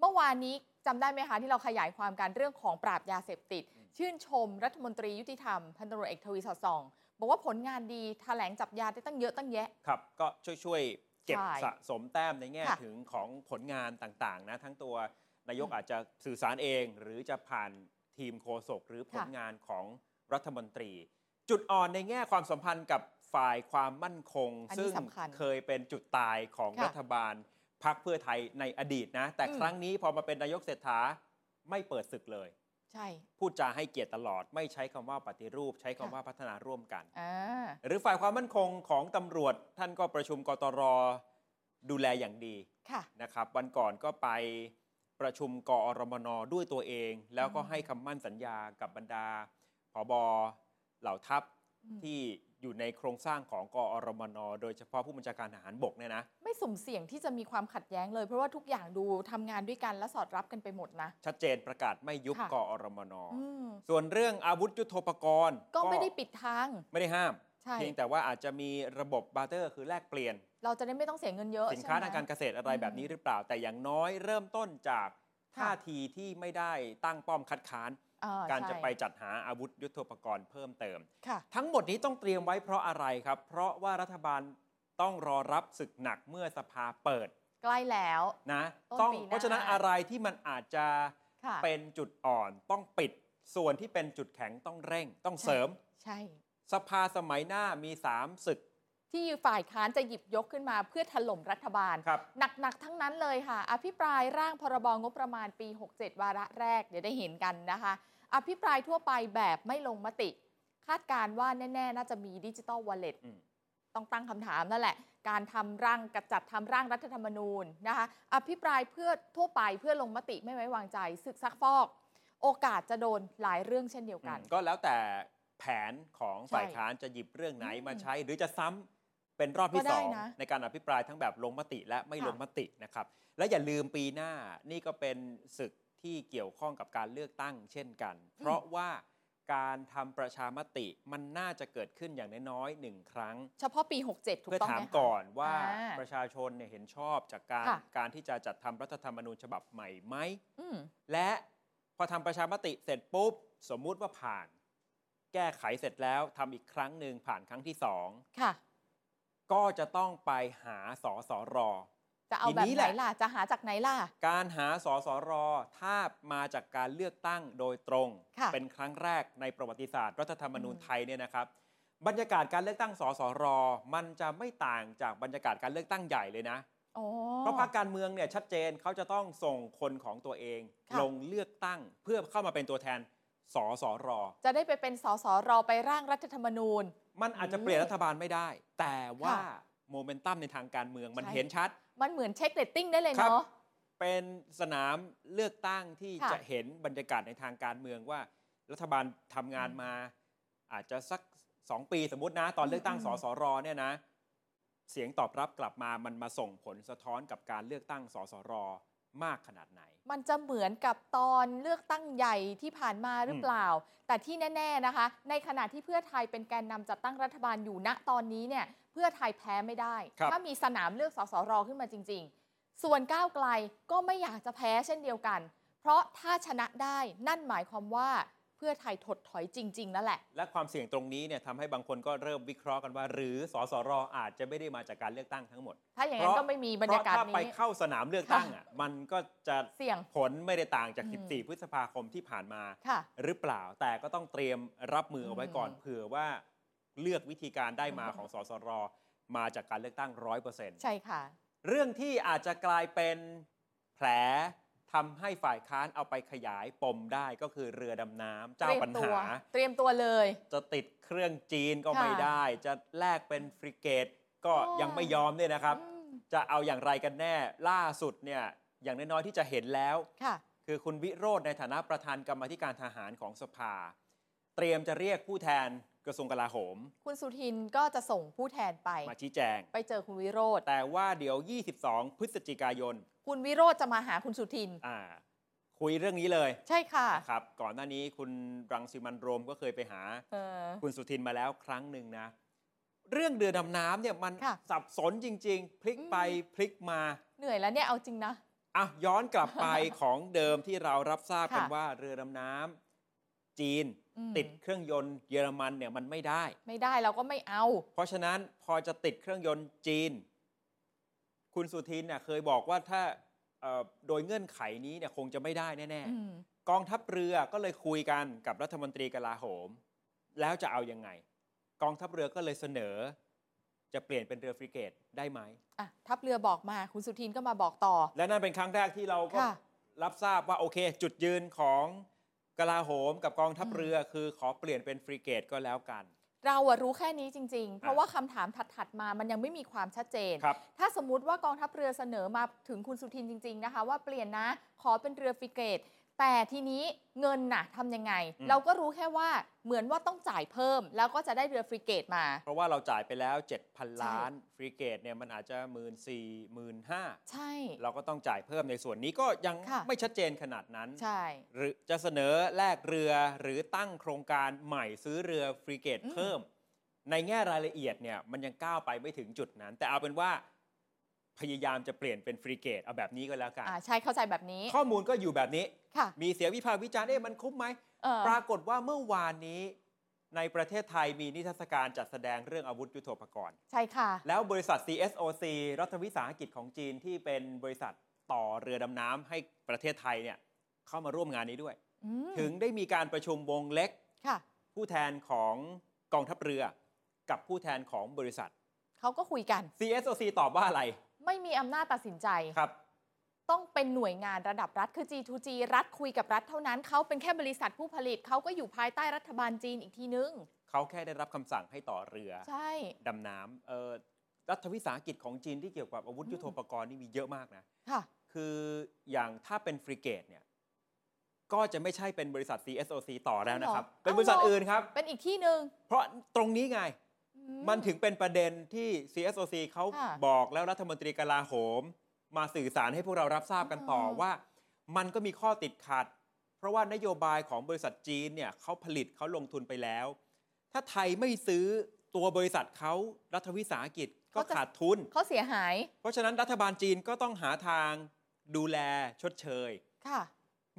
C: เมื่อวานนี้จำได้ไหมคะ ที่เราขยายความการเรื่องของปราบยาเสพติด ชื่นชมรัฐมนตรียุติธรรมพันตำรวจเอกทวีสอดส่อง บอกว่าผลงานดีแถลงจับยาได้ตั้งเยอะตั้งแยะ
B: ครับก็ช่วยๆ เก็บ
C: ใช่
B: สะสมแต้มในแง่
C: ค่ะ
B: ถึงของผลงานต่างๆนะทั้งตัวนายก
C: อืม
B: อาจจะสื่อสารเอง หรือจะผ่านทีมโฆษกหรือผล
C: ค่ะ
B: งานของรัฐมนตรี จุดอ่อนในแง่ความสัมพันธ์กับฝ่ายความมั่นคง
C: อันนี้
B: ซึ่ง
C: สำคัญ
B: เคยเป็นจุดตายของ
C: ค่ะ
B: รัฐบาลพักเพื่อไทยในอดีตนะ แต่
C: อืม
B: ครั้งนี้พอมาเป็นนายกเศรษฐาไม่เปิดศึกเลย
C: ใช่
B: พูดจาให้เกียรติตลอด ไม่ใช้คำว่าปฏิรูป ใช้คำว่าพัฒนาร่วมกัน
C: อ่า
B: หรือฝ่ายความมั่นคงของตำรวจท่านก็ประชุมกตรดูแลอย่างดี
C: ค่ะ
B: นะครับ วันก่อนก็ไปประชุมกอรมนด้วยตัวเอง แล้วก็
C: อืม
B: ให้คำมั่นสัญญากับบรรดาผบเหล่าทัพ
C: อืม
B: ที่อยู่ในโครงสร้างของกอรมนโดยเฉพาะผู้บัญชาการทหารบกเนี่ยนะ
C: ไม่สุ่มเสี่ยงที่จะมีความขัดแย้งเลยเพราะว่าทุกอย่างดูทำงานด้วยกันและสอดรับกันไปหมดนะ
B: ชัดเจนประกาศไม่ยุบ
C: ค่ะ
B: กอรมน
C: อืม
B: ส่วนเรื่องอาวุธยุโทโธปกรณ์
C: ก็ไม่ได้ปิดทาง
B: ไม่ได้ห้าม
C: ใช่
B: เพียงแต่ว่าอาจจะมีระบบบาเตอร์คือแลกเปลี่ยน
C: เราจะได้ไม่ต้องเสียเงินเยอะ
B: สินค้า
C: ใช่
B: ทาง
C: ไหม
B: การเกษตรอะไร
C: อืม
B: แบบนี้หรือเปล่า แต่อย่างน้อยเริ่มต้นจาก
C: ค่ะ
B: ท่าทีที่ไม่ได้ตั้งป้อมคัดค้าน
C: เอ่อ
B: การจะ
C: ใช่
B: ไปจัดหาอาวุธยุทโธปกรณ์เพิ่มเติม
C: ค่ะ
B: ทั้งหมดนี้ต้องเตรียมไว้เพราะอะไรครับ เพราะว่ารัฐบาลต้องรอรับศึกหนักเมื่อสภาเปิด
C: ใกล้แล้ว
B: นะ
C: ต้
B: ต้อน ง
C: ปีหน้า
B: เพราะฉะนั้นอะไรที่มันอาจจะ
C: ค่ะ
B: เป็นจุดอ่อนต้องปิด ส่วนที่เป็นจุดแข็งต้องเร่ง ต้องเสริม
C: ใช่
B: สภาสมัยหน้ามีสามศึก
C: ที่ฝ่ายค้านจะหยิบยกขึ้นมาเพื่อถล่มรัฐบาล
B: ครับ
C: หนัก ๆ ทั้งนั้นเลยค่ะ อภิปรายร่างพรบงบประมาณปี 67 วาระแรก เดี๋ยวได้เห็นกันนะคะ อภิปรายทั่วไปแบบไม่ลงมติ คาดการณ์ว่าแน่ ๆ น่าจะมีดิจิตอลวอลเล็ต
B: อืม
C: ต้องตั้งคำถามนั่นแหละ การทำร่างกระจัดทำร่างรัฐธรรมนูญนะคะ อภิปรายเพื่อทั่วไปเพื่อลงมติไม่ไว้วางใจศึกซักฟอก โอกาสจะโดนหลายเรื่องเช่นเดียวกัน
B: อืมก็แล้วแต่แผนของ
C: ใช่
B: ฝ่ายค้านจะหยิบเรื่องไหนมาใช้ หรือจะซ้ำเป็นรอบ
C: ก็
B: ที่
C: ได้
B: สอง
C: นะ
B: ในการอภิปรายทั้งแบบลงมติและไม่
C: ค่ะ
B: ลงมตินะครับ และอย่าลืมปีหน้านี่ก็เป็นศึกที่เกี่ยวข้องกับการเลือกตั้งเช่นกัน เพราะว่าการทำประชามติมันน่าจะเกิดขึ้นอย่างน้อยๆหนึ่งครั้ง
C: เฉพาะปี 67 ถูก
B: เพื่อ
C: ต้อง
B: ถาม
C: ไหมคะ
B: ก่อนว่า
C: อ่า
B: ประชาชนเนี่ยเห็นชอบจากการ
C: ค่ะ
B: การที่จะจัดทำรัฐธรรมนูญฉบับใหม่ไหม
C: อืม
B: และพอทำประชามติเสร็จปุ๊บ สมมุติว่าผ่าน แก้ไขเสร็จแล้วทำอีกครั้งหนึ่งผ่านครั้งที่สอง
C: ค่ะ
B: ก็จะต้องไปหาสอสอรอ
C: จะเอาแบบ
B: ทีนี้
C: ไห
B: แห
C: น
B: ละ
C: ล่ะ จะหาจากไหนล่ะ
B: การหาสอสอรอถ้ามาจากการเลือกตั้งโดยตรง
C: ค่ะ
B: เป็นครั้งแรกในประวัติศาสตร์รัฐธรรมนูญ
C: อืม
B: ไทยเนี่ยนะครับ บรรยากาศการเลือกตั้งสอสอรอ มันจะไม่ต่างจากบรรยากาศการเลือกตั้งใหญ่เลยนะ
C: โอ้
B: เพราะพรรคการเมืองเนี่ยชัดเจนเขาจะต้องส่งคนของตัวเอง
C: ค่ะ
B: ลงเลือกตั้งเพื่อเข้ามาเป็นตัวแทนสอสอรอ
C: จะได้ไปเป็นสสรอไปร่างรัฐธรรมนูญ
B: มันอาจจะเปลี่ยนรัฐบาลไม่ได้ แต่ว่า
C: ค่ะ
B: โมเมนตัมในทางการเมืองมัน
C: ใช่
B: เห็นชัด
C: มันเหมือนเช็คเรตติ้งได้เลย
B: ครับ
C: เนาะ
B: เป็นสนามเลือกตั้งที่
C: ค่ะ
B: จะเห็นบรรยากาศในทางการเมืองว่า รัฐบาลทำงานมา อาจจะสัก 2 ปีสมมตินะ ตอนเลือกตั้ง
C: อืม
B: ส
C: อืม
B: สรเนี่ยนะ เสียงตอบรับกลับมามันมาส่งผลสะท้อนกับการเลือกตั้งสสรมากขนาดไหน
C: มันจะเหมือนกับตอนเลือกตั้งใหญ่ที่ผ่านมาหรือเปล่า แต่ที่แน่ ๆนะคะ ในขณะที่เพื่อไทยเป็นแกนนำจัดตั้งรัฐบาลอยู่ณตอนนี้เนี่ย เพื่อไทยแพ้ไม่ได้
B: ครับ
C: ถ้ามีสนามเลือกสสรขึ้นมาจริง ๆ ส่วนก้าวไกลก็ไม่อยากจะแพ้เช่นเดียวกัน เพราะถ้าชนะได้นั่นหมายความว่าเพื่อไทยถดถอยจริง ๆ แล้วแหละ
B: และความเสี่ยงตรงนี้เนี่ยทำให้บางคนก็เริ่มวิเคราะห์กันว่า หรือสสรอาจจะไม่ได้มาจากการเลือกตั้งทั้งหมด
C: ถ้าอย่างนั้นก็ไม่มีบรรยากาศ
B: เพถ้าไป
C: นี้
B: เข้าสนามเลือกตั้งอ่ะมันก็จะ
C: เสี่ยง
B: ผลไม่ได้ต่างจาก
C: อืม
B: 14 พฤษภาคมที่ผ่านมา
C: ค่ะ
B: หรือเปล่าแต่ก็ต้องเตรียมรับมือเอาไว้ก่อน
C: อืม
B: เผื่อว่าเลือกวิธีการได้มา
C: อืม
B: ของสสรมาจากการเลือกตั้งร้อยเปอร์เซ็นต์
C: ใช่ค่ะ
B: เรื่องที่อาจจะกลายเป็นแผลทำให้ฝ่ายค้านเอาไปขยายปมได้ก็คือเรือดำน้ำเจ้าปัญหา
C: เตรียมตัวเลย
B: จะติดเครื่องจีนก็
C: ค่ะ
B: ไม่ได้ จะแลกเป็นฟริเกตก็
C: อ๋อ
B: ยังไม่ยอมเนี่ยนะครับ
C: อืม
B: จะเอาอย่างไรกันแน่ ล่าสุดเนี่ยอย่างน้อยๆที่จะเห็นแล้ว
C: ค่ะ
B: คือคุณวิโรธในฐานะประธานกรรมาธิการทหารของสภา เตรียมจะเรียกผู้แทนกระทรวงกลาโหม
C: คุณสุทินก็จะส่งผู้แทนไป
B: มาชี้แจง
C: ไปเจอคุณวิโรธ
B: แต่ว่าเดี๋ยว 22 พฤศจิกายน
C: คุณวิโรธจะมาหาคุณสุทิน
B: อ่าคุยเรื่องนี้เลย
C: ใช่ค่ะ
B: นะครับก่อนหน้านี้คุณรังสิมันต์โรมก็เคยไปหา
C: เออ
B: คุณสุทินมาแล้วครั้งหนึ่งนะ เรื่องเรือดำน้ำเนี่ยมัน
C: ค่ะ
B: สับสนจริง ๆ พลิกไป
C: อืม
B: พลิกมา
C: เหนื่อยแล้วเนี่ยเอาจริงนะ
B: อ่ะย้อนกลับไป ของเดิมที่เรารับทราบกัน
C: ค่ะ
B: ว่าเรือดำน้ำจีน
C: อืม
B: ติดเครื่องยนต์เยอรมันเนี่ยมันไม่ได้
C: ไม่ได้เราก็ไม่เอา
B: เพราะฉะนั้นพอจะติดเครื่องยนต์จีน คุณสุทินเนี่ยเคยบอกว่าถ้าเอ่อโดยเงื่อนไขนี้เนี่ยคงจะไม่ได้แน่
C: อืม
B: ๆกองทัพเรือก็เลยคุยกันกับรัฐมนตรีกลาโหม แล้วจะเอายังไง กองทัพเรือก็เลยเสนอ จะเปลี่ยนเป็นเรือฟริเกตได้ไหม
C: อ่ะทัพเรือบอกมา คุณสุทินก็มาบอกต่อ
B: และนั่นเป็นครั้งแรกที่เราก็
C: ค่ะ
B: รับทราบว่าโอเค จุดยืนของกลาโหม กับกองทัพเรืออคือขอเปลี่ยนเป็นฟริเกตก็แล้วกัน
C: เราอะรู้แค่นี้จริง ๆ เพราะ
B: อ่ะ
C: ว่าคำถามถัดๆมามันยังไม่มีความชัดเจน
B: ครับ
C: ถ้าสมมติว่ากองทัพเรือเสนอมาถึงคุณสุทินจริง ๆ นะคะ ว่าเปลี่ยนนะ ขอเป็นเรือฟริเกต แต่ทีนี้เงินน่ะทำยังไง
B: อืม
C: เราก็รู้แค่ว่าเหมือนว่าต้องจ่ายเพิ่ม แล้วก็จะได้เรือฟริเกตมา
B: เพราะว่าเราจ่ายไปแล้ว 7,000
C: ใช่
B: ล้าน ฟรีเกตเนี่ยมันอาจจะหมื่นสี่หมื่นห้า
C: ใช่
B: เราก็ต้องจ่ายเพิ่มในส่วนนี้ก็ยัง
C: ค่ะ
B: ไม่ชัดเจนขนาดนั้น
C: ใช่
B: หรือจะเสนอแลกเรือหรือตั้งโครงการใหม่ซื้อเรือฟรีเกต
C: อืม
B: เพิ่ม ในแง่รายละเอียดเนี่ยมันยังก้าวไปไม่ถึงจุดนั้น แต่เอาเป็นว่าพยายามจะเปลี่ยนเป็นฟรีเกตเอาแบบนี้ก็แล้วกัน
C: อ่าใช่เข้าใจแบบนี้
B: ข้อมูลก็อยู่แบบนี้
C: ค่ะ
B: มีเสียงวิพากษ์วิจารณ์เอ๊ะมันคุ้มไหม
C: เออ
B: ปรากฏว่าเมื่อวานนี้ในประเทศไทยมีนิทรรศการจัดแสดงเรื่องอาวุธยุโทโธปกรณ์
C: ใช่ค่ะ
B: แล้วบริษัท CSOC รัฐวิสาหกิจของจีนที่เป็นบริษัทต่อเรือดำน้ำให้ประเทศไทยเนี่ยเข้ามาร่วมงานนี้ด้วย
C: อืม
B: ถึงได้มีการประชุมวงเล็ก
C: ค่ะ
B: ผู้แทนของกองทัพเรือ กับผู้แทนของบริษัท
C: เขาก็คุยกัน
B: CSOC ตอบว่าอะไร
C: ไม่มีอำนาจตัดสินใจ
B: ครับ
C: ต้องเป็นหน่วยงานระดับรัฐคือ G2G รัฐคุยกับรัฐเท่านั้น เขาเป็นแค่บริษัทผู้ผลิต เขาก็อยู่ภายใต้รัฐบาลจีนอีกทีนึง
B: เขาแค่ได้รับคำสั่งให้ต่อเรือ
C: ใช่
B: ดำน้ำเอ่อรัฐวิสาหกิจของจีนที่เกี่ยวกับอาวุธ
C: อืม
B: ยุโทโธปกรณ์นี่มีเยอะมากนะ
C: ค่ะ
B: คืออย่างถ้าเป็นฟริเกตเนี่ย ก็จะไม่ใช่เป็นบริษัท CSOC ต่อแล้วนะครับ
C: จริงเหรอ
B: เป็นบริษัทอื่นครับ
C: เป็นอีกที่หนึ่ง
B: เพราะตรงนี้ไง
C: อื
B: มันถึงเป็นประเด็นที่ CSOC เขา
C: ค่ะ
B: บอกแล้วรัฐมนตรีกลาโหม มาสื่อสารให้พวกเรารับทราบกันต่อว่า มันก็มีข้อติดขัด เพราะว่านโยบายของบริษัทจีนเนี่ยเขาผลิตเขาลงทุนไปแล้ว ถ้าไทยไม่ซื้อตัวบริษัทเขารัฐวิสาหกิจก็ขาดทุน
C: เขาเสียหาย
B: เพราะฉะนั้นรัฐบาลจีนก็ต้องหาทางดูแลชดเชย
C: ค่ะ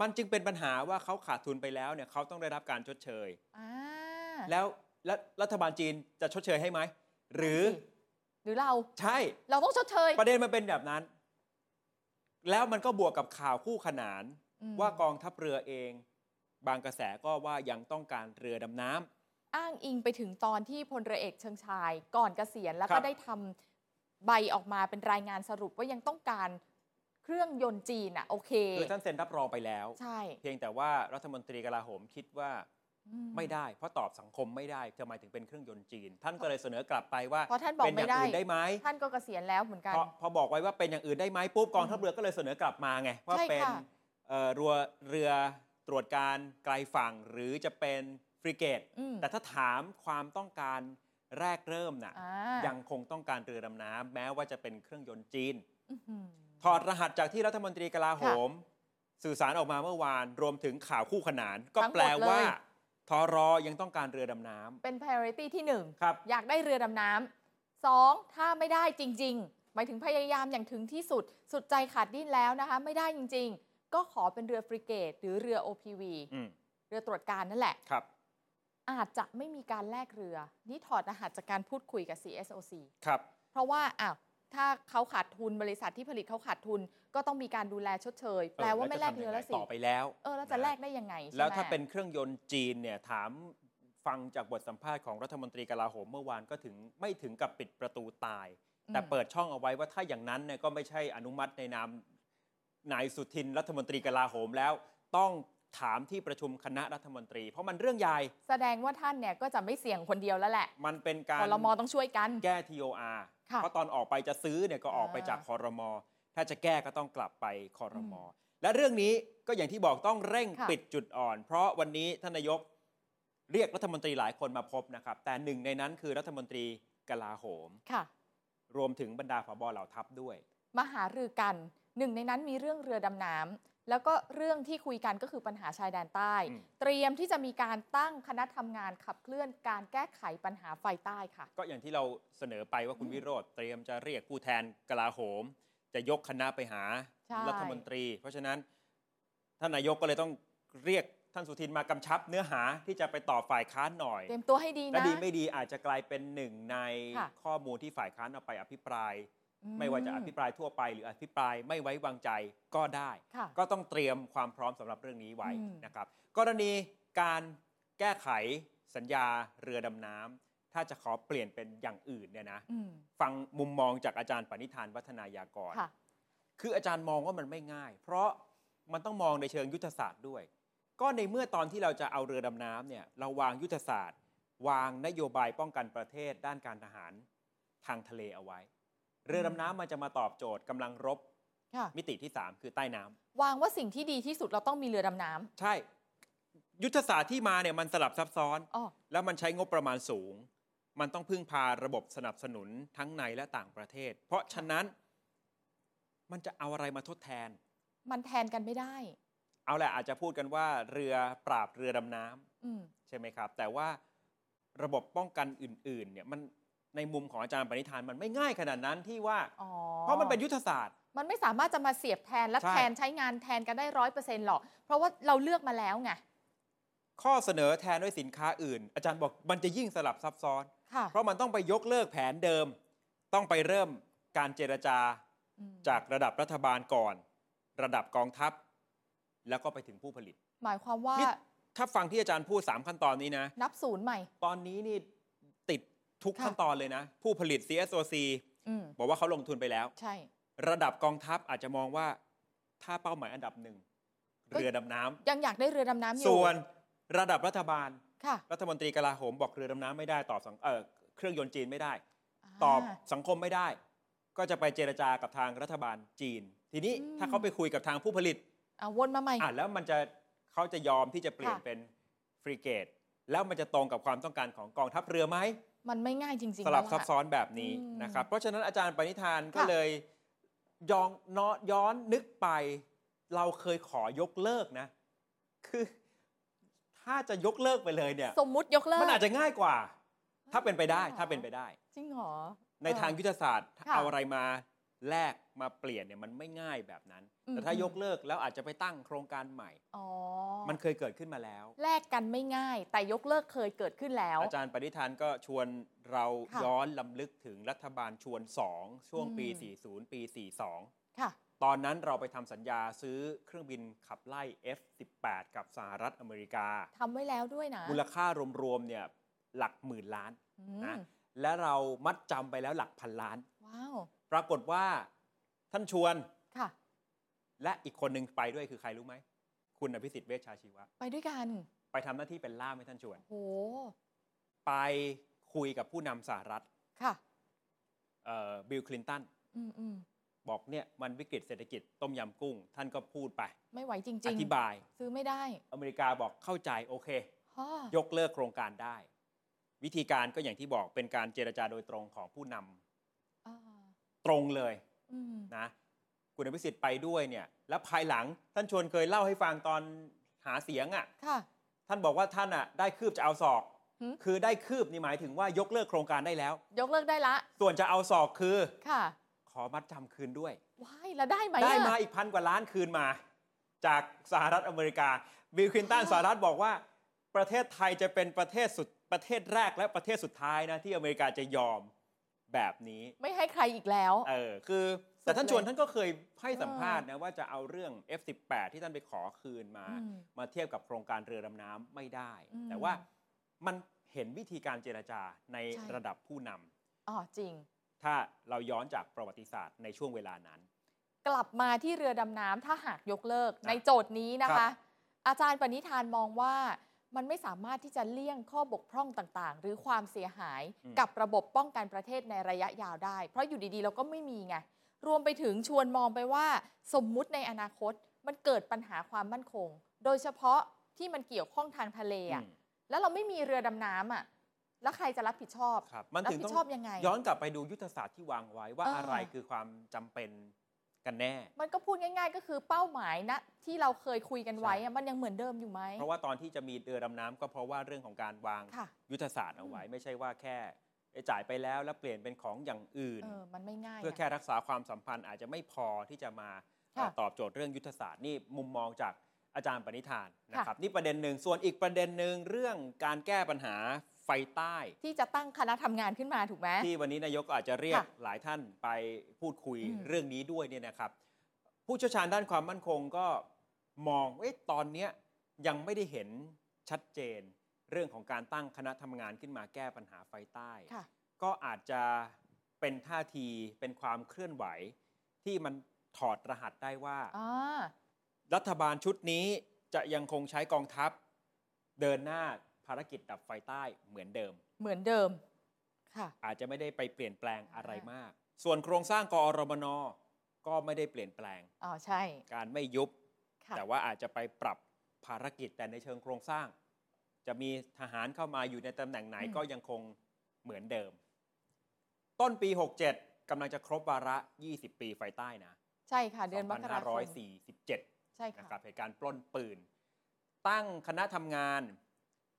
B: มันจึงเป็นปัญหาว่าเขาขาดทุนไปแล้วเนี่ยเขาต้องได้รับการชดเชย
C: อ่า
B: แล้วแล้วรัฐบาลจีนจะชดเชยให้ไหมหรือ
C: หรือเรา
B: ใช่
C: เราต้องชดเชย
B: ประเด็นมันเป็นแบบนั้น แล้วมันก็บวกกับข่าวคู่ขนาน
C: อืม
B: ว่ากองทัพเรือเอง บางกระแสก็ว่ายังต้องการเรือดำน้ำ
C: อ้างอิงไปถึงตอนที่พลเรือเอกเชิงชาย ก่อนเกษียณแล้ว
B: ครั
C: ก็
B: บ
C: ได้ทำใบออกมาเป็นรายงานสรุปว่ายังต้องการเครื่องยนต์จีนอะโอเค
B: คือท่านเซ็นรับรองไปแล้ว
C: ใช่
B: เพียงแต่ว่ารัฐมนตรีกลาโหมคิดว่า
C: อื
B: ไม่ได้ เพราะตอบสังคมไม่ได้ทำไมถึงเป็นเครื่องยนต์จีน ท่านก็เลยเสนอกลับไปว่า
C: เพราะท่านบอก
B: เป็นอ
C: ไม่ได้
B: ย่างอื่นได้ไหม
C: ท่านก็เกษียณแล้วเหมือนกัน
B: พอพอบอกไว้ว่าเป็นอย่างอื่นได้ไหมปุ๊บกองทัพเรือก็เลยเสนอกลับมาไงว่า
C: ใช่
B: เป็น
C: ค่ะ
B: เอ่อรัวเรือตรวจการไกลฝั่งหรือจะเป็นฟริเกต
C: อืม
B: แต่ถ้าถามความต้องการแรกเริ่มน่ะ
C: อ่า
B: ยังคงต้องการเรือดำน้ำแม้ว่าจะเป็นเครื่องยนต์จีน
C: อื้อหือ
B: ถอดรหัสจากที่รัฐมนตรีกลาโหม สื่อสารออกมาเมื่อวาน รวมถึงข่าวคู่ขนาน ก็
C: ทั้งหมด
B: แปลว่า
C: เลย
B: ทอรอยังต้องการเรือดำน้
C: เป็น priority ที่หนึ่ง
B: ำครับ
C: อยากได้เรือดำน้ำสองถ้าไม่ได้จริง ๆ หมายถึงพยายามอย่างถึงที่สุด สุดใจขาดดิ้นแล้วนะคะ ไม่ได้จริง ๆ ก็ขอเป็นเรือฟริเกต หรือเรือ OPV
B: อืม
C: เรือตรวจการนั่นแหละ
B: ครับ
C: อาจจะไม่มีการแลกเรือ นี่ถอดรหัสจากการพูดคุยกับ CSOC
B: ครับ
C: เพราะว่าอ้าวถ้าเขาขาดทุนบริษัทที่ผลิตเขาขาดทุน ก็ต้องมีการดูแลชดเชย แปลว่าไม่แลกเรือแล้วสิ
B: ต่อไปแล้ว
C: เออแล้วจะแลก
B: น
C: ได้ยังไง
B: ะ
C: ใช่ไหม
B: แล้วถ้าเป็นเครื่องยนต์จีนเนี่ยถามฟังจากบทสัมภาษณ์ของรัฐมนตรีกลาโหมเมื่อวานก็ถึงไม่ถึงกับปิดประตูตาย แต่
C: อืม
B: เปิดช่องเอาไว้ว่าถ้าอย่างนั้นเนี่ยก็ไม่ใช่อนุมัติในนามนายสุทินรัฐมนตรีกลาโหมแล้ว ต้องถามที่ประชุมคณะรัฐมนตรี เพราะมันเรื่องใหญ่
C: แสดงว่าท่านเนี่ยก็จะไม่เสี่ยงคนเดียวแล้วแหละ
B: มันเป็นการ
C: คอรมอต้องช่วยกัน
B: แก้ TOR
C: ค่ะ
B: เพราะตอนออกไปจะซื้อเนี่ยก็ออกไป
C: อ่า
B: จากคอรมอถ้าจะแก้ก็ต้องกลับไปคอรมอและเรื่องนี้ก็อย่างที่บอกต้องเร่งปิดจุดอ่อน เพราะวันนี้ท่านนายกเรียกรัฐมนตรีหลายคนมาพบนะครับ แต่หนึ่งในนั้นคือรัฐมนตรีกลาโหม
C: ค่ะ
B: รวมถึงบรรดาผบเหล่าทัพด้วย
C: มาหารือกันหนึ่งในนั้นมีเรื่องเรือดำน้ำแล้วก็เรื่องที่คุยกันก็คือปัญหาชายแดนใต้
B: อืม
C: เตรียมที่จะมีการตั้งคณะทำงานขับเคลื่อนการแก้ไขปัญหาไฟใต้ค่ะ
B: ก็อย่างที่เราเสนอไปว่าคุณวิโรธเตรียมจะเรียกผู้แทนกลาโหม จะยกคณะไปหา
C: ใช่
B: รัฐมนตรี เพราะฉะนั้นท่านนายกก็เลยต้องเรียกท่านสุทินมากำชับเนื้อหาที่จะไปต่อบฝ่ายค้านหน่อย
C: เตรียมตัวให้ดี
B: และ
C: นะ
B: ดีไม่ดีอาจจะกลายเป็นหนึ่งใน
C: ค่ะ
B: ข้อมูลที่ฝ่ายค้านเอาไปอภิปราย
C: อื
B: ไม่ว่าจะอภิปรายทั่วไป หรืออภิปรายไม่ไว้วางใจก็ได้
C: ค่ะ
B: ก็ต้องเตรียมความพร้อมสำหรับเรื่องนี้ไว้
C: อืม
B: นะครับ กรณีการแก้ไขสัญญาเรือดำน้ำถ้าจะขอเปลี่ยนเป็นอย่างอื่นเนี่ยนะ
C: อืม
B: ฟังมุมมองจากอาจารย์ปณิธานวัฒนายากร
C: ค่ะ
B: คืออาจารย์มองว่ามันไม่ง่าย เพราะมันต้องมองในเชิงยุทธศาสตร์ด้วย ก็ในเมื่อตอนที่เราจะเอาเรือดำน้ำเนี่ยเราวางยุทธศาสตร์ วางนโยบายป้องกันประเทศ ด้านการทหารทางทะเลเอาไว้ เรือดำน้ำมันจะมาตอบโจทย์กำลังรบ
C: ค่ะ
B: มิติที่ 3 คือใต้น้ำ
C: วางว่าสิ่งที่ดีที่สุดเราต้องมีเรือดำน้
B: ใช่ ยุทธศาสตร์ที่มาเนี่ยมันสลับซับซ้อน
C: ำอ๋อ
B: แล้วมันใช้งบประมาณสูง มันต้องพึ่งพาระบบสนับสนุนทั้งในและต่างประเทศ เพราะฉะนั้นมันจะเอาอะไรมาทดแทน
C: มันแทนกันไม่ได้
B: เอาแหละอาจจะพูดกันว่าเรือปราบเรือดำน้ำ
C: อืม
B: ใช่ไหมครับ แต่ว่าระบบป้องกันอื่นๆเนี่ยมันในมุมของอาจารย์ปณิธานมันไม่ง่ายขนาดนั้นที่ว่า
C: อ๋อ
B: เพราะมันเป็นยุทธศาสตร์
C: มันไม่สามารถจะมาเสียบแทนและ
B: ใช่
C: แทนใช้งานแทนกันได้ร้อยเปอร์เซ็นต์หรอก เพราะว่าเราเลือกมาแล้วไง
B: ข้อเสนอแทนด้วยสินค้าอื่น อาจารย์บอกมันจะยิ่งสลับซับซ้อน
C: ค่ะ
B: เพราะมันต้องไปยกเลิกแผนเดิม ต้องไปเริ่มการเจรจา
C: อืม
B: จากระดับรัฐบาลก่อน ระดับกองทัพ แล้วก็ไปถึงผู้ผลิต
C: หมายความว่า
B: นี่ ถ้าฟังที่อาจารย์พูด 3 ขั้นตอนนี้นะ
C: นับศูนย์ใหม่
B: ตอนนี้นี่ติด ทุก
C: ค่ะ
B: ขั้นตอนเลยนะ ผู้ผลิต CSOC
C: อืม
B: บอกว่าเขาลงทุนไปแล้ว
C: ใช่
B: ระดับกองทัพอาจจะมองว่าถ้าเป้าหมายอันดับหนึ่ง
C: ก็
B: เรือดำน้ำ
C: ยังอยากได้เรือดำน้ำอยู่
B: ส่วนระดับรัฐบาล
C: ค่ะ
B: รัฐมนตรีกลาโหมบอกเรือดำน้ำไม่ได้ตอบสังเออเครื่องยนต์จีนไม่ได้
C: า
B: ตอบสังคมไม่ได้ ก็จะไปเจรจากับทางรัฐบาลจีน ทีนี้
C: อืม
B: ถ้าเขาไปคุยกับทางผู้ผลิต
C: อ่ะวนมาใหม่
B: อ่ะแล้วมันจะเขาจะยอมที่จะเปลี่ยน
C: ค่ะ
B: เป็นฟรีเกต แล้วมันจะตรงกับความต้องการของกองทัพเรือไหม
C: มันไม่ง่ายจริงๆ
B: สลับ
C: แล้ว
B: ซั
C: ล่ะ
B: บซ้อนแบบนี้
C: อืม
B: นะครับ เพราะฉะนั้นอาจารย์ปณิธานก็
C: ค่ะ
B: เลยยองเนาะย้อนนึกไป เราเคยขอยกเลิกนะ คือ ถ้าจะยกเลิกไปเลยเนี่ย
C: สมมุติยกเลิก
B: มันอาจจะง่ายกว่า ถ้าเป็นไปได้
C: อ๋อ
B: ถ้าเป็นไปได้
C: จริงเหรอ
B: ในทางยุทธศาสตร์
C: ค่ะ
B: เอาอะไรมาแลกมาเปลี่ยนเนี่ยมันไม่ง่ายแบบนั้น
C: อืม
B: แต่ถ้ายกเลิกแล้วอาจจะไปตั้งโครงการใหม่
C: อ๋อ
B: มันเคยเกิดขึ้นมาแล้ว
C: แลกกันไม่ง่าย แต่ยกเลิกเคยเกิดขึ้นแล้ว
B: อาจารย์ปณิธานก็ชวนเรา
C: ค่ะ
B: ย้อนลำลึกถึงรัฐบาลชวน 2 ช่วงปี
C: อืม
B: 40 ปี
C: ค่ะ
B: 42 ตอนนั้นเราไปทำสัญญาซื้อเครื่องบินขับไล่ F18 กับสหรัฐอเมริกา
C: ทำไว้แล้วด้วยนะ
B: มูลค่ารวมๆเนี่ยหลักหมื่นล้าน
C: อืม
B: นะ และเรามัดจำไปแล้วหลักพันล้าน
C: ว้าว
B: ปรากฏว่าท่านชวน
C: ค่ะ
B: และอีกคนหนึ่งไปด้วยคือใครรู้ไหม คุณอภิสิทธิ์เวชชาชีวะ
C: ไปด้วยกัน
B: ไปทำหน้าที่เป็นล่ามให้ท่านชวน
C: โห
B: ไปคุยกับผู้นำสหรัฐ
C: ค่ะ
B: เอ่อบิลคลินตัน
C: อืมอืม
B: บอกเนี่ยมันวิกฤตเศรษฐกิจต้มยำกุ้ง ท่านก็พูดไป
C: ไม่ไหวจริง ๆ
B: อธิบาย
C: ซื้อไม่ได้
B: อเมริกาบอกเข้าใจโอเค
C: ฮะ
B: ยกเลิกโครงการได้ วิธีการก็อย่างที่บอกเป็นการเจรจาโดยตรงของผู้นำ
C: อ่า
B: ตรงเลย
C: อืม
B: นะคุณอภิสิทธิ์ไปด้วยเนี่ย แล้วภายหลังท่านชวนเคยเล่าให้ฟังตอนหาเสียงอะ่ะ
C: ค่ะ
B: ท่านบอกว่าท่านอ่ะได้คืบจะเอาศอก
C: หืม
B: คือได้คืบนี่หมายถึงว่ายกเลิกโครงการได้แล้ว
C: ยกเลิกได้ละ
B: ส่วนจะเอาศอกคือ
C: ค่ะ
B: ขอมัดจำคืนด้วย
C: ว้ายแล้วได้ไหม
B: ได้
C: อะ
B: มาอีกพันกว่าล้านคืนมา จากสหรัฐอเมริกาบิลคลินตันสหรัฐบอกว่าประเทศไทยจะเป็นประเทศสุดประเทศแรกและประเทศสุดท้ายนะ ที่อเมริกาจะยอมแบบนี้
C: ไม่ให้ใครอีกแล้ว
B: เออคือ แต่ท่านชวนท่านก็เคยให้
C: เออ
B: สัมภาษณ์นะ ว่าจะเอาเรื่อง F18 ที่ท่านไปขอคืนมา
C: ม
B: มาเทียบกับโครงการเรือดำน้ำไม่ได้
C: อืม
B: แต่ว่ามันเห็นวิธีการเจรจาใน
C: ใช่
B: ระดับผู้น
C: อ๋อจริง
B: ำถ้าเราย้อนจากประวัติศาสตร์ในช่วงเวลานั้น
C: กลับมาที่เรือดำน้ำถ้าหากยกเลิก
B: นะ
C: ในโจทย์นี้นะ
B: ครั
C: คะ
B: บ
C: อาจารย์ปณิธานมองว่ามันไม่สามารถที่จะเลี่ยงข้อบกพร่องต่างๆ หรือความเสียหายกับระบบป้องกันประเทศในระยะยาวได้ เพราะอยู่ดีๆ เราก็ไม่มีไง รวมไปถึงชวนมองไปว่า สมมุติในอนาคตมันเกิดปัญหาความมั่นคง โดยเฉพาะที่มันเกี่ยวข้องทางทะเลอะ
B: อืม
C: แล้วเราไม่มีเรือดำน้ำอ่ะแล้วใครจะรับผิดชอบ
B: ครับมัน
C: รับ
B: ถึง
C: ผิ
B: ต้
C: ด
B: อง
C: ชอบยังไง
B: ย้อนกลับไปดูยุทธศาสตร์ที่วางไว้ว่า
C: เอออ
B: อะไรคือความจำเป็นกันแน่
C: มันก็พูดง่าย ๆ ก็คือเป้าหมายนะที่เราเคยคุยกันไว้อะมันยังเหมือนเดิมอยู่ไหม
B: เพราะว่าตอนที่จะมีเรือดำน้ำก็เพราะว่าเรื่องของการวาง
C: ค่ะ
B: ยุทธศาสตร์เอาไว้ ไม่ใช่ว่าแค่เอ้ยจ่ายไปแล้วแล้วเปลี่ยนเป็นของอย่างอื่น
C: เออ มันไม่ง่าย
B: เพื่อ
C: นะ
B: แค่รักษาความสัมพันธ์อาจจะไม่พอที่จะมาเอ่อ
C: ค่ะ
B: ตอบโจทย์เรื่องยุทธศาสตร์นี่มุมมองจากอาจารย์ปณิธานนะ
C: ค่ะ
B: ครับนี่ประเด็นหนึ่งส่วนอีกประเด็นหนึ่งเรื่องการแก้ปัญหาไฟใต้
C: ที่จะตั้งคณะทำงานขึ้นมาถูกไหม
B: ที่วันนี้นายกอาจจะเรียก
C: ค่ะ
B: หลายท่านไปพูดคุย
C: อืม
B: เรื่องนี้ด้วยเนี่ยนะครับ ผู้เชี่ยวชาญด้านความมั่นคงก็มองว่าเอ๊ะตอนเนี้ยยังไม่ได้เห็นชัดเจน เรื่องของการตั้งคณะทำงานขึ้นมาแก้ปัญหาไฟใต้
C: ค่ะ
B: ก็อาจจะเป็นท่าทีเป็นความเคลื่อนไหว ที่มันถอดรหัสได้ว่า
C: อ่า
B: รัฐบาลชุดนี้จะยังคงใช้กองทัพ เดินหน้าภารกิจดับไฟใต้เหมือนเดิม
C: เหมือนเดิม ค่ะ
B: อาจจะไม่ได้ไปเปลี่ยนแปลงอะไร
C: อ่าม
B: มาก ส่วนโครงสร้างกอรมนก็ไม่ได้เปลี่ยนแปลง
C: อ๋อ ใช่
B: การไม่ยุบ
C: ค่ะ
B: แต่ว่าอาจจะไปปรับภารกิจแต่ในเชิงโครงสร้าง จะมีทหารเข้ามาอยู่ในตำแหน่งไหน
C: อืม
B: ก็ยังคงเหมือนเดิม ต้นปี 67กำลังจะครบวาระ 20 ปีไฟใต้นะ
C: ใช่ค่ะ เดือนมกราคม
B: 2547
C: ใช่
B: นะ
C: ค่ะ
B: ครับเหตุการณ์ปล้นปืน ตั้งคณะทำงาน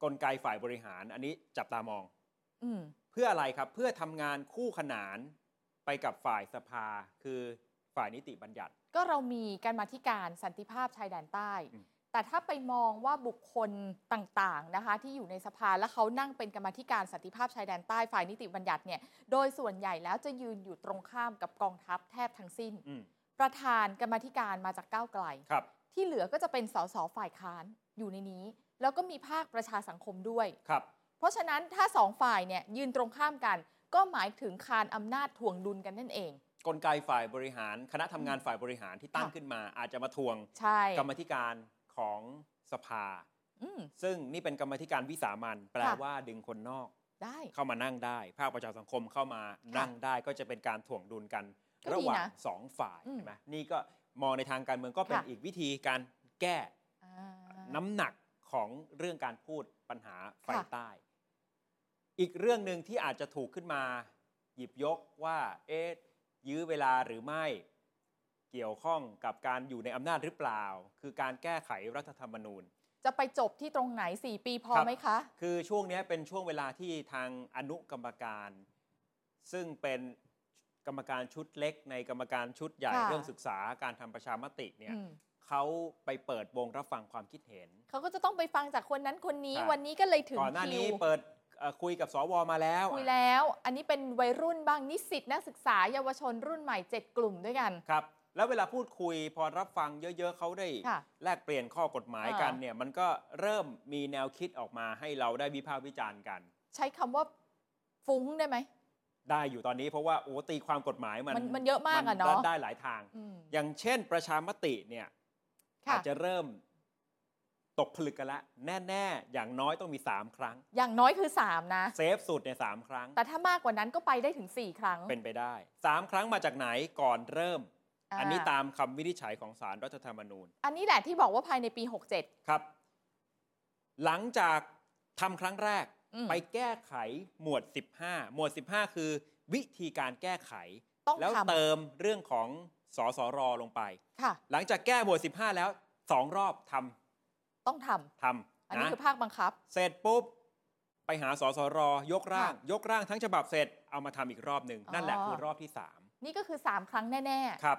B: กลไกฝ่ายบริหาร อันนี้จับตามอง
C: อืม
B: เพื่ออะไรครับ เพื่อทำงานคู่ขนานไปกับฝ่ายสภา คือฝ่ายนิติบัญญัติ
C: ก็เรามีการมาธิการสันติภาพชายแดนใต้
B: อืม
C: แต่ถ้าไปมองว่าบุคคลต่างๆนะคะ ที่อยู่ในสภาและเขานั่งเป็นกรรมาธิการสันติภาพชายแดนใต้ฝ่ายนิติบัญญัติเนี่ย โดยส่วนใหญ่แล้วจะยืนอยู่ตรงข้ามกับกองทัพแทบทั้งสิ้น
B: อืม
C: ประธานกรรมาธิการมาจากก้าวไกล
B: ครับ
C: ที่เหลือก็จะเป็นสสฝ่ายค้านอยู่ในนี้ แล้วก็มีภาคประชาสังคมด้วย
B: ครับ
C: เพราะฉะนั้นถ้าสองฝ่ายเนี่ยยืนตรงข้ามกัน ก็หมายถึงคานอำนาจถ่วงดุลกันนั่นเอง
B: กลไกฝ่ายบริหาร คณะทำงานฝ่ายบริหารที่ตั้ง
C: ค่ะ
B: ขึ้นมา อาจจะมาทวง
C: ใช่
B: กรรมธิการของสภา
C: อืม
B: ซึ่งนี่เป็นกรรมธิการวิสามันแปล
C: ค่ะ
B: ว่าดึงคนนอก
C: ได้
B: เข้ามานั่งได้ ภาคประชาสังคมเข้ามานั่งได้ ก็จะเป็นการถ่วงดุลกัน
C: ก็ดีนะ
B: ระหว่างสองฝ่าย
C: อืม
B: ใช่ไหมนี่ก็มองในทางการเมืองก็เป็น
C: ค่ะ
B: อีกวิธีการแก้
C: อ่า
B: น้ำหนักของเรื่องการพูดปัญหาไฟ
C: ค่ะ
B: ใต้ อีกเรื่องหนึ่งที่อาจจะถูกขึ้นมา หยิบยกว่า เอ๊ะยื้อเวลาหรือไม่ เกี่ยวข้องกับการอยู่ในอำนาจหรือเปล่า คือการแก้ไขรัฐธรรมนูญ
C: จะไปจบที่ตรงไหน 4 ปีพอ
B: ครับ
C: ไหมคะ
B: คือช่วงเนี้ยเป็นช่วงเวลาที่ทางอนุกรรมการ ซึ่งเป็นกรรมการชุดเล็ก ในกรรมการชุดใหญ่
C: ค่ะ
B: เรื่องศึกษาการทำประชามติเนี่ย
C: อืม
B: เขาไปเปิดวงรับฟังความคิดเห็น
C: เขาก็จะต้องไปฟังจากคนนั้นคนนี้
B: ใช่
C: วันนี้ก็เลยถึง
B: ก่อนหน้า
C: คิ
B: นี้
C: ว
B: เปิดเอ่อคุยกับสวมาแล้ว
C: คุยแล้ว อันนี้เป็นวัยรุ่นบ้างนิสิตนักศึกษาเยาวชนรุ่นใหม่ 7 กลุ่มด้วยกัน
B: ครับ แล้วเวลาพูดคุยพอรับฟังเยอะๆเขาได้
C: ค่ะ
B: แลกเปลี่ยนข้อกฎหมาย
C: อ่ากั
B: กันเนี่ยมันก็เริ่มมีแนวคิดออกมาให้เราได้วิพากษ์วิจารณ์กัน
C: ใช้คำว่าฟุ้งได้ไหม
B: ได้อยู่ตอนนี้เพราะว่าโอ้ตีความกฎหมายมัน
C: มันมันเยอะมากอะเนาะ
B: ได้หลายทาง
C: อืม
B: อย่างเช่นประชามติเนี่ย
C: ค่ะ
B: อาจจะเริ่มตกผลึกกันละ แน่ ๆ อย่างน้อยต้องมี 3 ครั้ง
C: อย่างน้อยคือ 3 นะ
B: เซฟสุดเนี่ยสามครั้ง
C: แต่ถ้ามากกว่านั้นก็ไปได้ถึง 4 ครั้ง
B: เป็นไปได้ 3 ครั้งมาจากไหนก่อนเริ่ม
C: า
B: อันนี้ตามคำวินิจฉัยของสารรัฐธรรมนูญ
C: อันนี้แหละที่บอกว่าภายในปี 67
B: ครับ หลังจากทำครั้งแรก
C: อืม
B: ไปแก้ไขหมวด 15 หมวด 15 คือวิธีการแก้ไข
C: ต้อง
B: แล้ว
C: ท
B: เติมเรื่องของสสรลงไป
C: ำค่ะ
B: หลังจากแก้หมวด 15 แล้วสองรอบทำ
C: ต้องทำ
B: ทำ
C: อันนี้
B: นะ
C: คือภาคบังคับ
B: เสร็จปุ๊บ ไปหาสสร ยกร่าง
C: ค่ะ
B: ยกร่างทั้งฉบับเสร็จเอามาทำอีกรอบหนึ่งนั่นแหละคือรอบที่
C: นี่ก็คือ 3 ครั้งแน่
B: 3 ครับ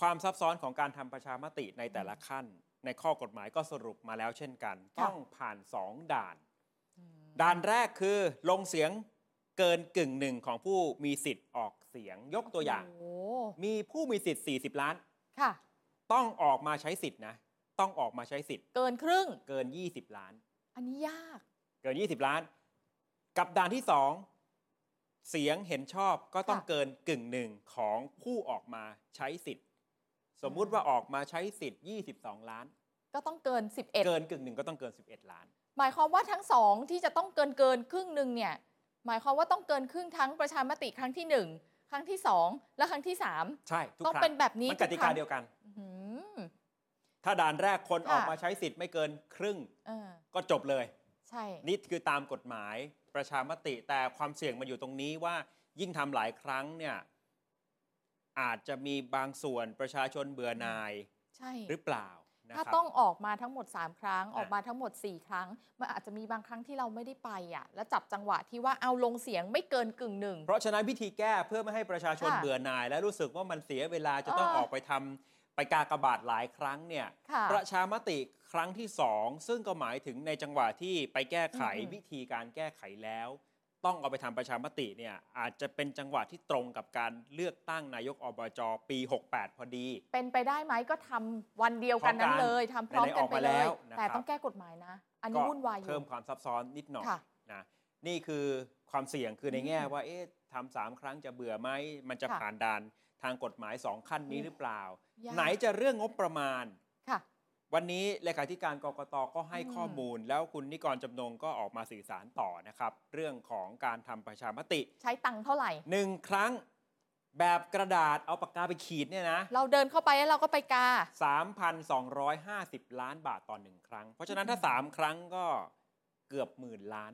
B: ความซับซ้อนของการทำประชามติในแต่ละขั้น ในข้อกฎหมายก็สรุปมาแล้วเช่นกัน
C: ค่ะ
B: ต้องผ่าน 2 ด่าน
C: ๆอืม
B: ด่านแรกคือลงเสียงเกินกึ่งหนึ่งของผู้มีสิทธิ์ออกเสียงยกตัวอย่าง
C: โอ้โห
B: มีผู้มีสิทธิ์ 40 ล้าน
C: ค่ะ
B: ต้องออกมาใช้สิทธิ์นะต้องออกมาใช้สิทธิ์
C: เกินครึ่ง
B: เกิน 20 ล้าน
C: อันนี้ยาก
B: เกิน 20 ล้าน กับด่านที่ 2 เสียงเห็นชอบก็ต้อง
C: ค่ะ
B: เกินกึ่งหนึ่งของผู้ออกมาใช้สิทธิ์ สมมุติ
C: อืม
B: ว่าออกมาใช้สิทธิ์ 22 ล้าน
C: ก็ต้องเกิน
B: เกินกึ่งหนึ่งก็ต้องเกิน 11 ล้าน
C: 11 หมายความว่าทั้งสองที่จะต้องเกินเกินครึ่งหนึ่งเนี่ย หมายความว่าต้องเกินครึ่งทั้งประชามติครั้งที่หนึ่งครั้งที่สองและครั้งที่สาม
B: ใช่ทุก
C: ต้อง
B: ครั้
C: เป็น
B: ง
C: แบบนี้
B: มันกติกาเดี
C: ทุ
B: ยวกัน
C: ครั้งอื้อหือ
B: ถ้าด่านแรกคน
C: ค่ะ
B: ออกมาใช้สิทธิ์ไม่เกินครึ่ง
C: เออ
B: ก็จบเลย
C: ใช่
B: นี่คือตามกฎหมายประชามติแต่ความเสี่ยงมันอยู่ตรงนี้ว่ายิ่งทำหลายครั้งเนี่ยอาจจะมีบางส่วนประชาชนเบื่อหน่าย
C: ใช่
B: หรือเปล่านะค
C: ถ้า
B: รับ
C: ต้องออกมาทั้งหมด 3 ครั้ง
B: อ่ะ
C: ออกมาทั้งหมด 4 ครั้ง มันอาจจะมีบางครั้งที่เราไม่ได้ไปอ่ะ แล้วจับจังหวะที่ว่าเอาลงเสียงไม่เกินกึ่งหนึ่ง
B: เพราะฉะนั้นวิธีแก้เพื่อไม่ให้ประชาชน
C: ค่ะ
B: เบื่อหน่าย และรู้สึกว่ามันเสียเวลาจะต้อง
C: เออ
B: ออกไปทำไปกากบาทหลายครั้งเนี่ย
C: ค่ะ
B: ประชามติครั้งที่สองซึ่งก็หมายถึงในจังหวะที่ไปแก้ไข
C: อืมๆ
B: วิธีการแก้ไขแล้ว ต้องเอาไปทำประชามติเนี่ยอาจจะเป็นจังหวะที่ตรงกับการเลือกตั้งนายกอบจปี 68 พอดี
C: เป็นไปได้ไหมก็ทำวันเดียวกันนั้นเลยทำพร้อมกันไปเลย
B: ไหนๆออกมาแล้วนะครับ
C: แต่ต้องแก้กฎหมายนะ อันนี้
B: ก็
C: วุ่นวายอยู่
B: เพิ่มความซับซ้อนนิดหน่อย
C: ค่ะ
B: นะนี่คือความเสี่ยงคือในแง่
C: อืม
B: ว่าเอ๊ะทำสามครั้งจะเบื่อไหมมันจะ
C: ค่ะ
B: ผ่านด่านทางกฎหมายสองขั้นนี้
C: โอ้
B: หรือเปล่า
C: ยาก
B: ไหนจะเรื่องงบประมาณ
C: ค่ะ
B: วันนี้เลขาธิการกกตก็ให้
C: อืม
B: ข้อมูล แล้วคุณนิกรจำนงก็ออกมาสื่อสารต่อนะครับ เรื่องของการทำประชามติ
C: ใช้ตังค์เท่าไหร่
B: หนึ่งครั้งแบบกระดาษเอาปากกาไปขีดเนี่ยนะ
C: เราเดินเข้าไปแล้วเราก็ไปกา
B: 3,250 ล้านบาทต่อหนึ่งครั้ง เพราะฉะนั้นถ้า
C: อืม
B: 3 ครั้งก็เกือบหมื่นล้าน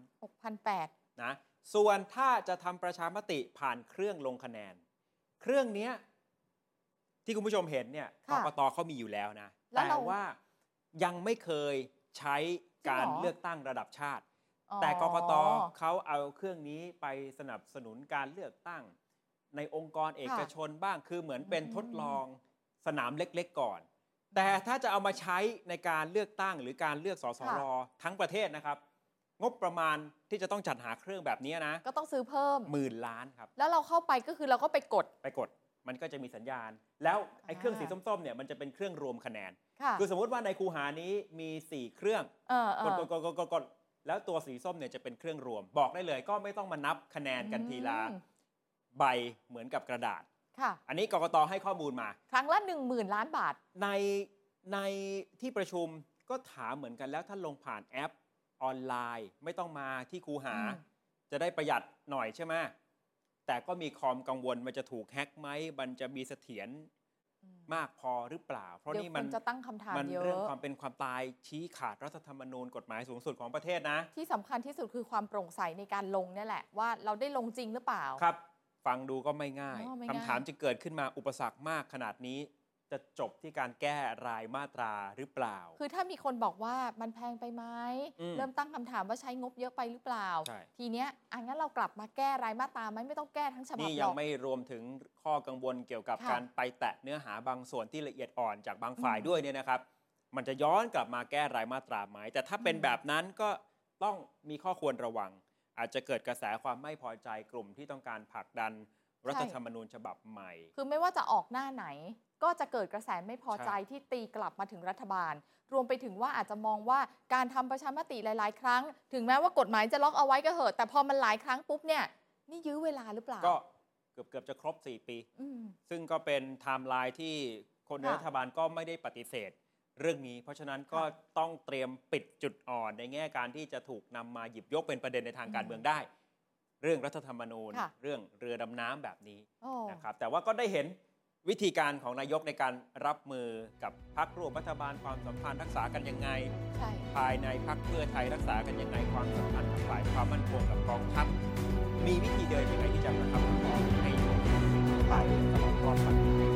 C: 6,800
B: นะส่วนถ้าจะทำประชามติผ่านเครื่องลงคะแนน เครื่องเนี้ยที่คุณผู้ชมเห็นเนี่ยก
C: ค่ะ
B: กตเขามีอยู่แล้วนะ
C: แล้ว
B: แต่
C: เรา
B: ว่ายังไม่เคยใช้การ
C: จริงเหรอ
B: เลือกตั้งระดับชาติ
C: อ๋อ
B: แต่กกตเขาเอาเครื่องนี้ไปสนับสนุนการเลือกตั้ง ในองค์กรเอกชนบ้างคือเหมือนเป็นทดลองสนามเล็กๆก่อน แต่ถ้าจะเอามาใช้ในการเลือกตั้ง หรือการเลือกสสรทั้งประเทศนะครับ งบประมาณที่จะต้องจัดหาเครื่องแบบนี้นะ
C: ก็ต้องซื้อเพิ่ม
B: หมื่นล้านครับ
C: แล้วเราเข้าไปก็คือเราก็ไปกด
B: ไปกดมันก็จะมีสัญญาณ แล้วไอ้เครื่อง
C: อ่า
B: สีส้มๆเนี่ยมันจะเป็นเครื่องรวมคะแนน
C: ค่ะ
B: คือสมมติว่าในคูหานี้มี 4 เครื่อง
C: เออเอก
B: ด
C: อก
B: ดกดกดกด แล้วตัวสีส้มเนี่ยจะเป็นเครื่องรวม บอกได้เลยก็ไม่ต้องมานับคะแนนกันทีละ
C: อืม
B: ใบเหมือนกับกระดาษ
C: ค่ะ
B: อันนี้กกตให้ข้อมูลมา
C: ครั้งละ1 0,000 ล้านบาท
B: ในในที่ประชุมก็ถามเหมือนกันแล้วถ้าลงผ่านแอปออนไลน์ ไม่ต้องมาที่คูหา
C: อืม
B: จะได้ประหยัดหน่อยใช่ไหมแต่ก็มีความกังวลมันจะถูกแฮ็กไหมมันจะมีเสถียรมากพอหรือเปล่า เพราะ
C: เดี๋ยว
B: นี่
C: ค
B: มัน
C: นจะตั้งคำถาม
B: มัน
C: เย
B: เรื่อง
C: อะ
B: ความเป็นความตายชี้ขาดรัฐธรรมนูญกฎหมายสูงสุดของประเทศนะ
C: ที่สำคัญที่สุดคือความโปร่งใสในการลงเนี่ยแหละ ว่าเราได้ลงจริงหรือเปล่า
B: ครับ ฟังดูก็ไม่ง่าย
C: อ๋อไม่
B: คำ
C: ง่าย
B: ถามจะเกิดขึ้นมาอุปสรรคมากขนาดนี้ จะจบที่การแก้รายมาตราหรือเปล่า
C: คือถ้ามีคนบอกว่ามันแพงไปไหม
B: อืม
C: เริ่มตั้งคำถามว่าใช้งบเยอะไปหรือเปล่า
B: ใช่
C: ทีเนี้ยอังั้นเรากลับมาแก้รายมาตราไหมไม่ต้องแก้ทั้งฉบับ
B: นี่
C: หร
B: ยัง
C: อก
B: ไม่รวมถึงข้อกังวลเกี่ยวกับ
C: ค่ะ
B: การไปแตะเนื้อหาบางส่วนที่ละเอียดอ่อนจากบางฝ่าย
C: อืม
B: ด้วยเนี่ยนะครับ มันจะย้อนกลับมาแก้รายมาตราไหมแต่ถ้าเป็น
C: อืม
B: แบบนั้นก็ต้องมีข้อควรระวัง อาจจะเกิดกระแสความไม่พอใจกลุ่มที่ต้องการผลักดันรัฐธรรมนูญฉบับใหม่
C: คือไม่ว่าจะออกหน้าไหน ก็จะเกิดกระแสไม่พอใจ
B: ใช่
C: ที่ตีกลับมาถึงรัฐบาล รวมไปถึงว่าอาจจะมองว่าการทำประชามติหลาย ๆ ครั้ง ถึงแม้ว่ากฎหมายจะล็อกเอาไว้ก็เหอะแต่พอมันหลายครั้งปุ๊บเนี่ยนี่ยื้อเวลาหรือเปล่า
B: ก็เกือบเกือบๆจะครบ 4 ปี
C: อืม
B: ซึ่งก็เป็นไทม์ไลน์ที่คนใน
C: ค่ะ
B: รัฐบาลก็ไม่ได้ปฏิเสธเรื่องนี้ เพราะฉะนั้นก็
C: ค่ะ
B: ต้องเตรียมปิดจุดอ่อนในแง่การที่จะถูกนำมาหยิบยกเป็นประเด็นในทางการ
C: อืม
B: เมืองได้ เรื่องรัฐธรรมนูญ
C: ค่ะ
B: เรื่องเรือดำน้ำแบบนี้
C: โอ้
B: นะครับแต่ว่าก็ได้เห็นวิธีการของนายกในการรับมือกับพรรคร่วมรัฐบาลความสัมพันธ์รักษากันยังไง
C: ใช่
B: ภายในพรรคเพื่อไทยรักษากันยังไงความสัมพันธ์กับฝ่ายความมั่นคงกับกองทัพมีวิธีเดินยังไงที่จะประคับประคองให้ฝ่ายสมองกองทัพ